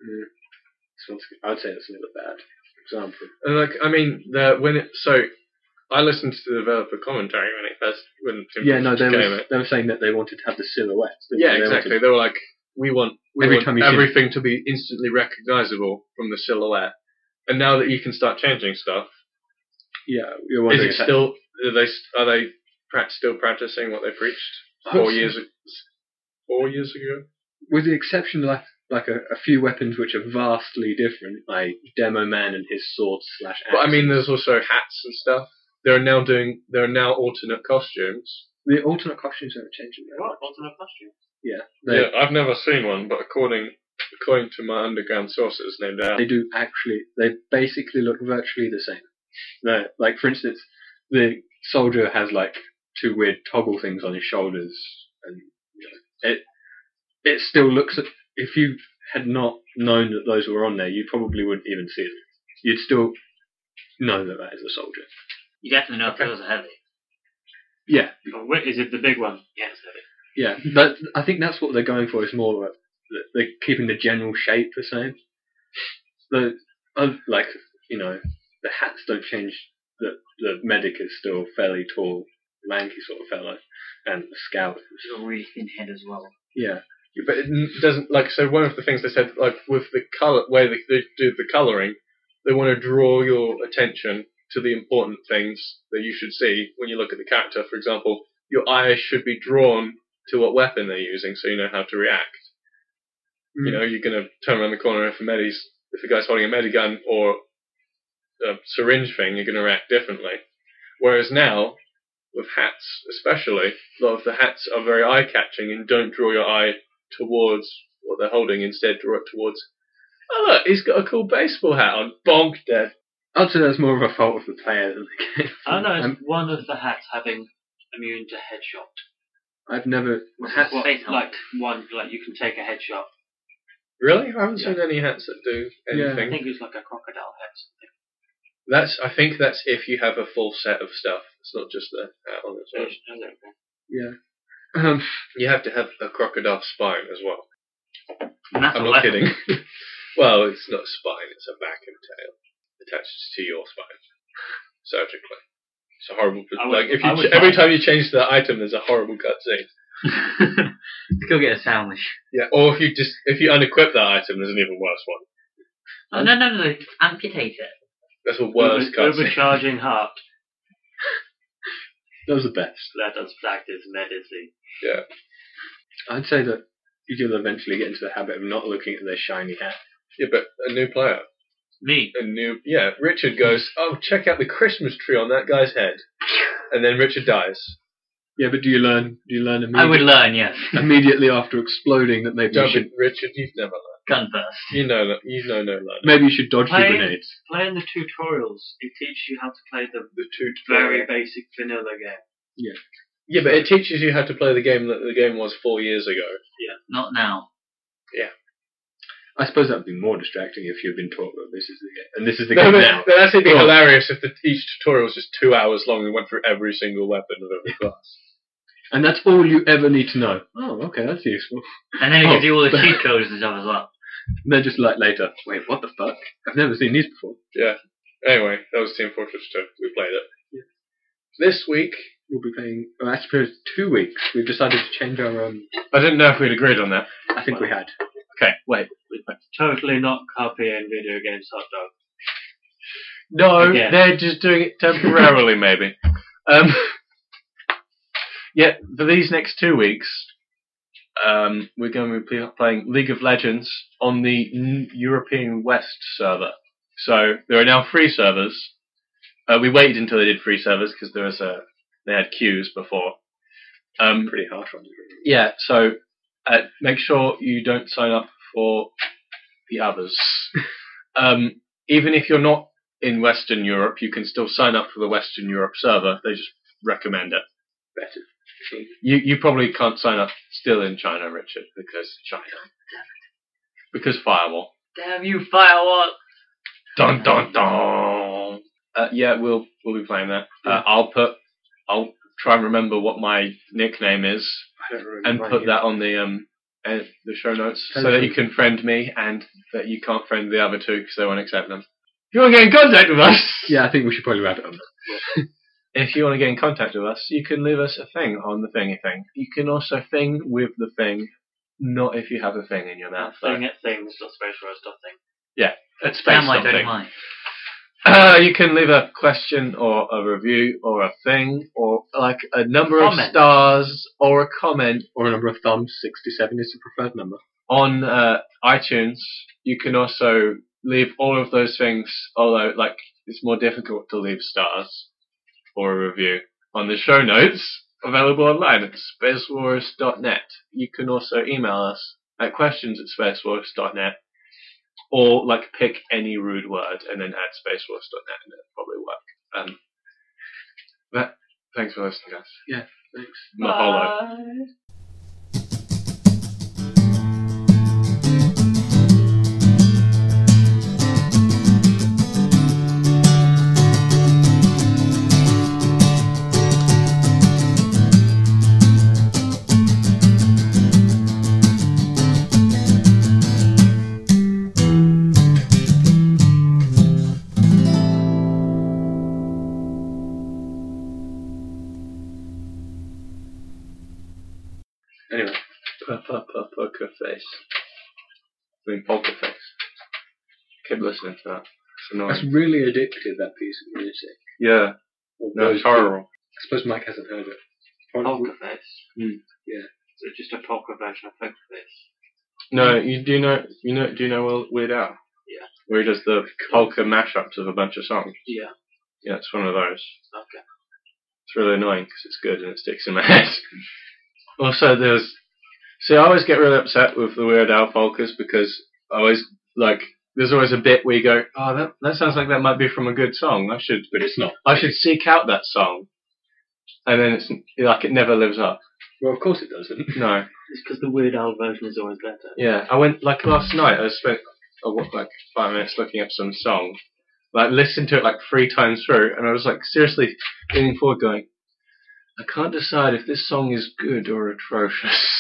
Mm, this one's- I'd say that's another bad example.
And like I mean the when it so I listened to the developer commentary when it first when Tim
Yeah, no, they
came
were
out.
they were saying that they wanted to have the silhouettes. didn't
Yeah,
they? They wanted-
exactly. They were like, we want, we
Every
want
time you see-
everything to be instantly recognizable from the silhouette. And now that you can start changing stuff,
yeah, you're
is
wondering
it
if that-
still are they are they prac- still practicing what they preached four years ago? Four years ago.
with the exception of like, like a, a few weapons which are vastly different, like Demo Man and his sword slash.
But I
axe.
mean, there's also hats and stuff. They're now doing. They're now alternate costumes.
the alternate costumes haven't changed. in that.
What? Alternate costume?
They,
yeah, I've never seen one, but according according to my underground sources named out,
they do actually. They basically look virtually the same. They're, like for instance, the soldier has like two weird toggle things on his shoulders, and you know, it it still looks. If you had not known that those were on there, you probably wouldn't even see them. You'd still know that that is a soldier.
You definitely know if it was a heavy.
Yeah,
Oh, wait, is it the big one? Yeah, it's heavy.
yeah. That I think that's what they're going for. Is more of a- that they're keeping the general shape the same. The un- like you know the hats don't change. The the medic is still fairly tall, lanky sort of fellow, and the scout.
She's got a really thin head as well.
Yeah,
but it n- doesn't like so one of the things they said like with the color where they, they do the coloring they want to draw your attention to the important things that you should see when you look at the character for example your eyes should be drawn to what weapon they're using so you know how to react you know you're going to turn around the corner if a medi's if a guy's holding a medigun or a syringe thing you're going to react differently whereas now with hats especially a lot of the hats are very eye catching and don't draw your eye towards what they're holding, instead draw it towards. Oh look, he's got a cool baseball hat on. Bonk dead.
I'd say that's more of a fault of the player than the game.
I don't know, Oh, it's
I'm-
one of the hats having immune to headshot.
I've never.
Which
That's
is what,
what,
like,
like one, like you can take a headshot.
Really? I haven't seen any hats that do
Yeah.
I
anything.
think it was like a crocodile head. something.
That's. I think that's if you have a full set of stuff. It's not just the hat on its
So
own.
it's- I don't know.
Yeah. Um,
You have to have a crocodile spine as well.
And that's
I'm
a
not
weapon.
kidding. well, it's not a spine. It's a back and tail attached to your spine surgically. It's a horrible.
I would-
like if
I
you
would
ch- every
not.
time you change that item, there's a horrible cutscene.
Go get a sandwich.
Yeah. Or if you just if you unequip that item, there's an even worse one.
Oh, no, no, no, no. Amputate it.
That's a worse
Over-
cutscene.
Overcharging heart.
Those are best.
Let us practice medicine.
I'd say that you'll eventually get into the habit of not looking at their shiny hat.
Yeah, but a new player.
Me.
A new. Yeah, Richard goes, oh, check out the Christmas tree on that guy's head. And then Richard dies.
Yeah, but do you learn? Do you learn immediately,
I would learn, yes.
immediately after exploding that maybe you
Don't
should
be- Richard, you've never learned.
Gun first.
You know, no- you know no learning.
maybe you should dodge the
Playing-
grenades?
Playing the tutorials, it teaches you how to play the
The two
very basic vanilla game.
Yeah, but it teaches you how to play the game that the game was four years ago.
Not now.
I suppose that would be more distracting if you've been taught that this is the game, and this is the game
No, but,
now.
but that'd be
Go on.
hilarious if the, each tutorial was just two hours long and went through every single weapon of every class.
And that's all you ever need to know. Oh, okay, that's useful.
And then it
Oh.
gives you all the cheat codes and stuff as well.
And then just like later, wait, what the fuck? I've never seen these before.
Anyway, that was Team Fortress 2. We played it. This week,
We'll be playing. Oh, I suppose two weeks. We've decided to change our. Um,
I didn't know if we'd agreed on that.
I think we had.
Okay, wait.
Totally not copying video games hot dog.
No,
Again.
they're just doing it temporarily, maybe. Um, yeah, for these next two weeks, um, we're going to be pl- playing League of Legends on the n- European West server. So there are now free servers. Uh, we waited until they did free servers because there was a they had queues before. Um,
Pretty harsh on you.
yeah, so uh, make sure you don't sign up for the others. um, even if you're not in Western Europe, you can still sign up for the Western Europe server. They just recommend it.
Better.
You you probably can't sign up still in China, Richard, because China. Because firewall.
Damn you, firewall!
Dun dun dun. Uh, yeah, we'll we'll be playing that. Uh, I'll put I'll try and remember what my nickname is
I don't remember.
and
mine
put
yet.
that on the um uh, the show notes so
Totally.
that you can friend me and that you can't friend the other two because they won't accept them. If you want to get in contact with us,
Yeah, I think we should probably wrap it up.
if you want to get in contact with us, you can leave us a thing on the thingy thing. You can also thing with the thing, not if you have a thing in your mouth. Though.
Thing at things, not space for us, not thing.
It's space
Damn, I don't
something.
mind.
Uh, you can leave a question or a review or a thing or like a number of
Comment.
stars or a comment
Or a number of thumbs. Sixty-seven is the preferred number.
on uh, iTunes, you can also leave all of those things, although like it's more difficult to leave stars or a review on the show notes available online at spacewars.net. You can also email us at questions at spacewars.net or like pick any rude word and then add spacewars.net and it'll probably work. Um, but thanks for listening, guys.
Yeah, thanks.
Mahalo.
Anyway,
Pa pa pa poker face. I mean poker face. Keep listening to that. It's
that's
annoying.
really addictive. That piece of music.
Yeah.
Or
No,
those
it's horrible.
I suppose Mike hasn't heard it.
Poker face.
Hmm.
Yeah.
So just a poker version of poker face.
No, you do know you know do you know Wil- Weird Al?
Yeah.
Where he does the polka mashups of a bunch of songs.
Yeah.
Yeah, it's one of those.
Okay.
It's really annoying because it's good and it sticks in my head. also, there's. See, I always get really upset with the Weird Al polkas because I always like. There's always a bit where you go, oh, that that sounds like that might be from a good song. I should
But it's not.
I should seek out that song. And then it's like it never lives up.
Well, of course it doesn't.
No.
It's because the Weird Al version is always better.
Yeah. I went like last night. I spent I wa- like five minutes looking up some song. Like listened to it like three times through, and I was like seriously leaning forward, going, I can't decide if this song is good or atrocious.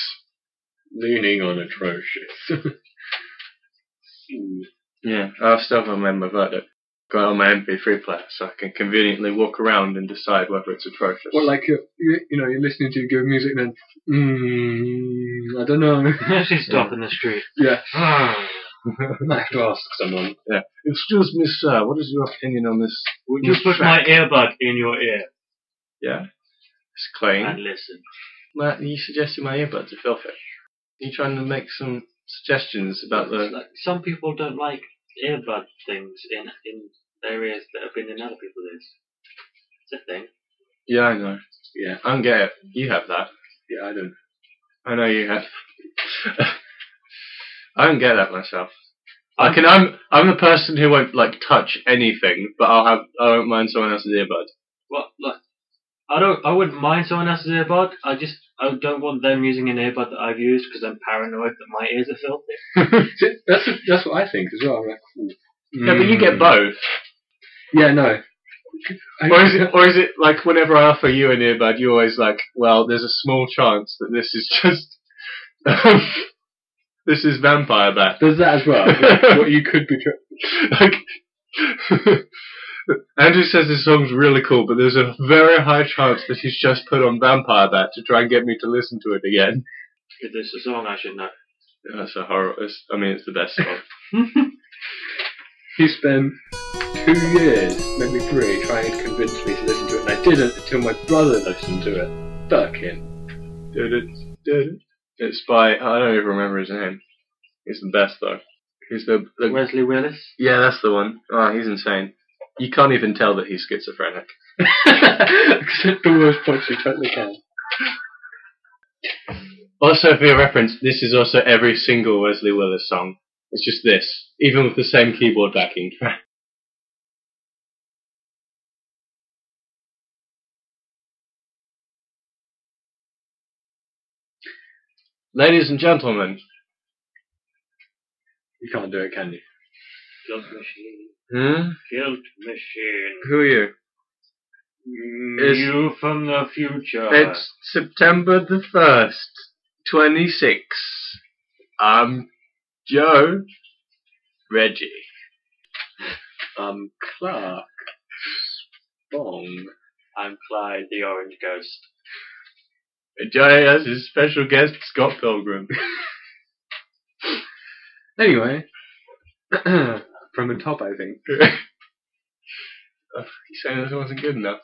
Leaning on atrocious.
Yeah. I've still haven't made my verdict. Got it on my MP3 player, so I can conveniently walk around and decide whether it's atrocious.
well, like you're, you, you know, you're listening to good music, and then mm, I don't know.
Let's just stop in the street.
yeah,
Ah.
I might have to ask someone.
excuse me, sir. What is your opinion on this?
You put my earbud in your ear.
Yeah. It's clean.
and listen.
Matt, you suggested my earbuds are filthy. Are you trying to make some suggestions about
It's
the?
like some people don't like earbud things in in areas that have been in other people's ears. It's a thing.
Yeah, I know.
Yeah.
I don't get it. You have that.
Yeah, I don't.
I know you have. I don't get that myself. I can. I'm. I'm the person who won't like touch anything, but I'll have. I won't mind someone else's earbud.
Well, like I don't. I wouldn't mind someone else's earbud. I just I don't want them using an earbud that I've used because I'm paranoid that my ears are filthy.
See, that's that's what I think as well. I'm like, ooh.
Yeah, but you get
Mm.
both.
Yeah, no. I-
Or is it? Or is it like whenever I offer you an earbud, you're always like, "Well, there's a small chance that this is just. this is vampire bat."
There's that as well. Like, what you could be. Tra-
like Andrew says this song's really cool, but there's a very high chance that he's just put on Vampire Bat to try and get me to listen to it again.
If there's a song I should know.
That's a horror. It's, I mean, it's the best song.
he spent two years, maybe three, trying to convince me to listen to it, and I didn't until my brother listened to it. Fuck him.
Did it, did it. It's by I don't even remember his name. He's the best though. He's the, the
Wesley Willis.
yeah, that's the one. Oh, he's insane. You can't even tell that he's schizophrenic.
Except the worst points you totally can.
Also, for your reference, this is also every single Wesley Willis song. It's just this, even with the same keyboard backing track. Ladies and gentlemen,
You can't do it, can you?
Guilt Machine.
hmm?
Guilt Machine.
who are you? It's-
you from the future.
It's September the 1st, 26. I'm Joe Reggie.
Um, Clark. Spong.
I'm Clyde, the Orange Ghost.
Johnny has his special guest, Scott Pilgrim.
Anyway, from the top, I think.
He's saying this wasn't good enough.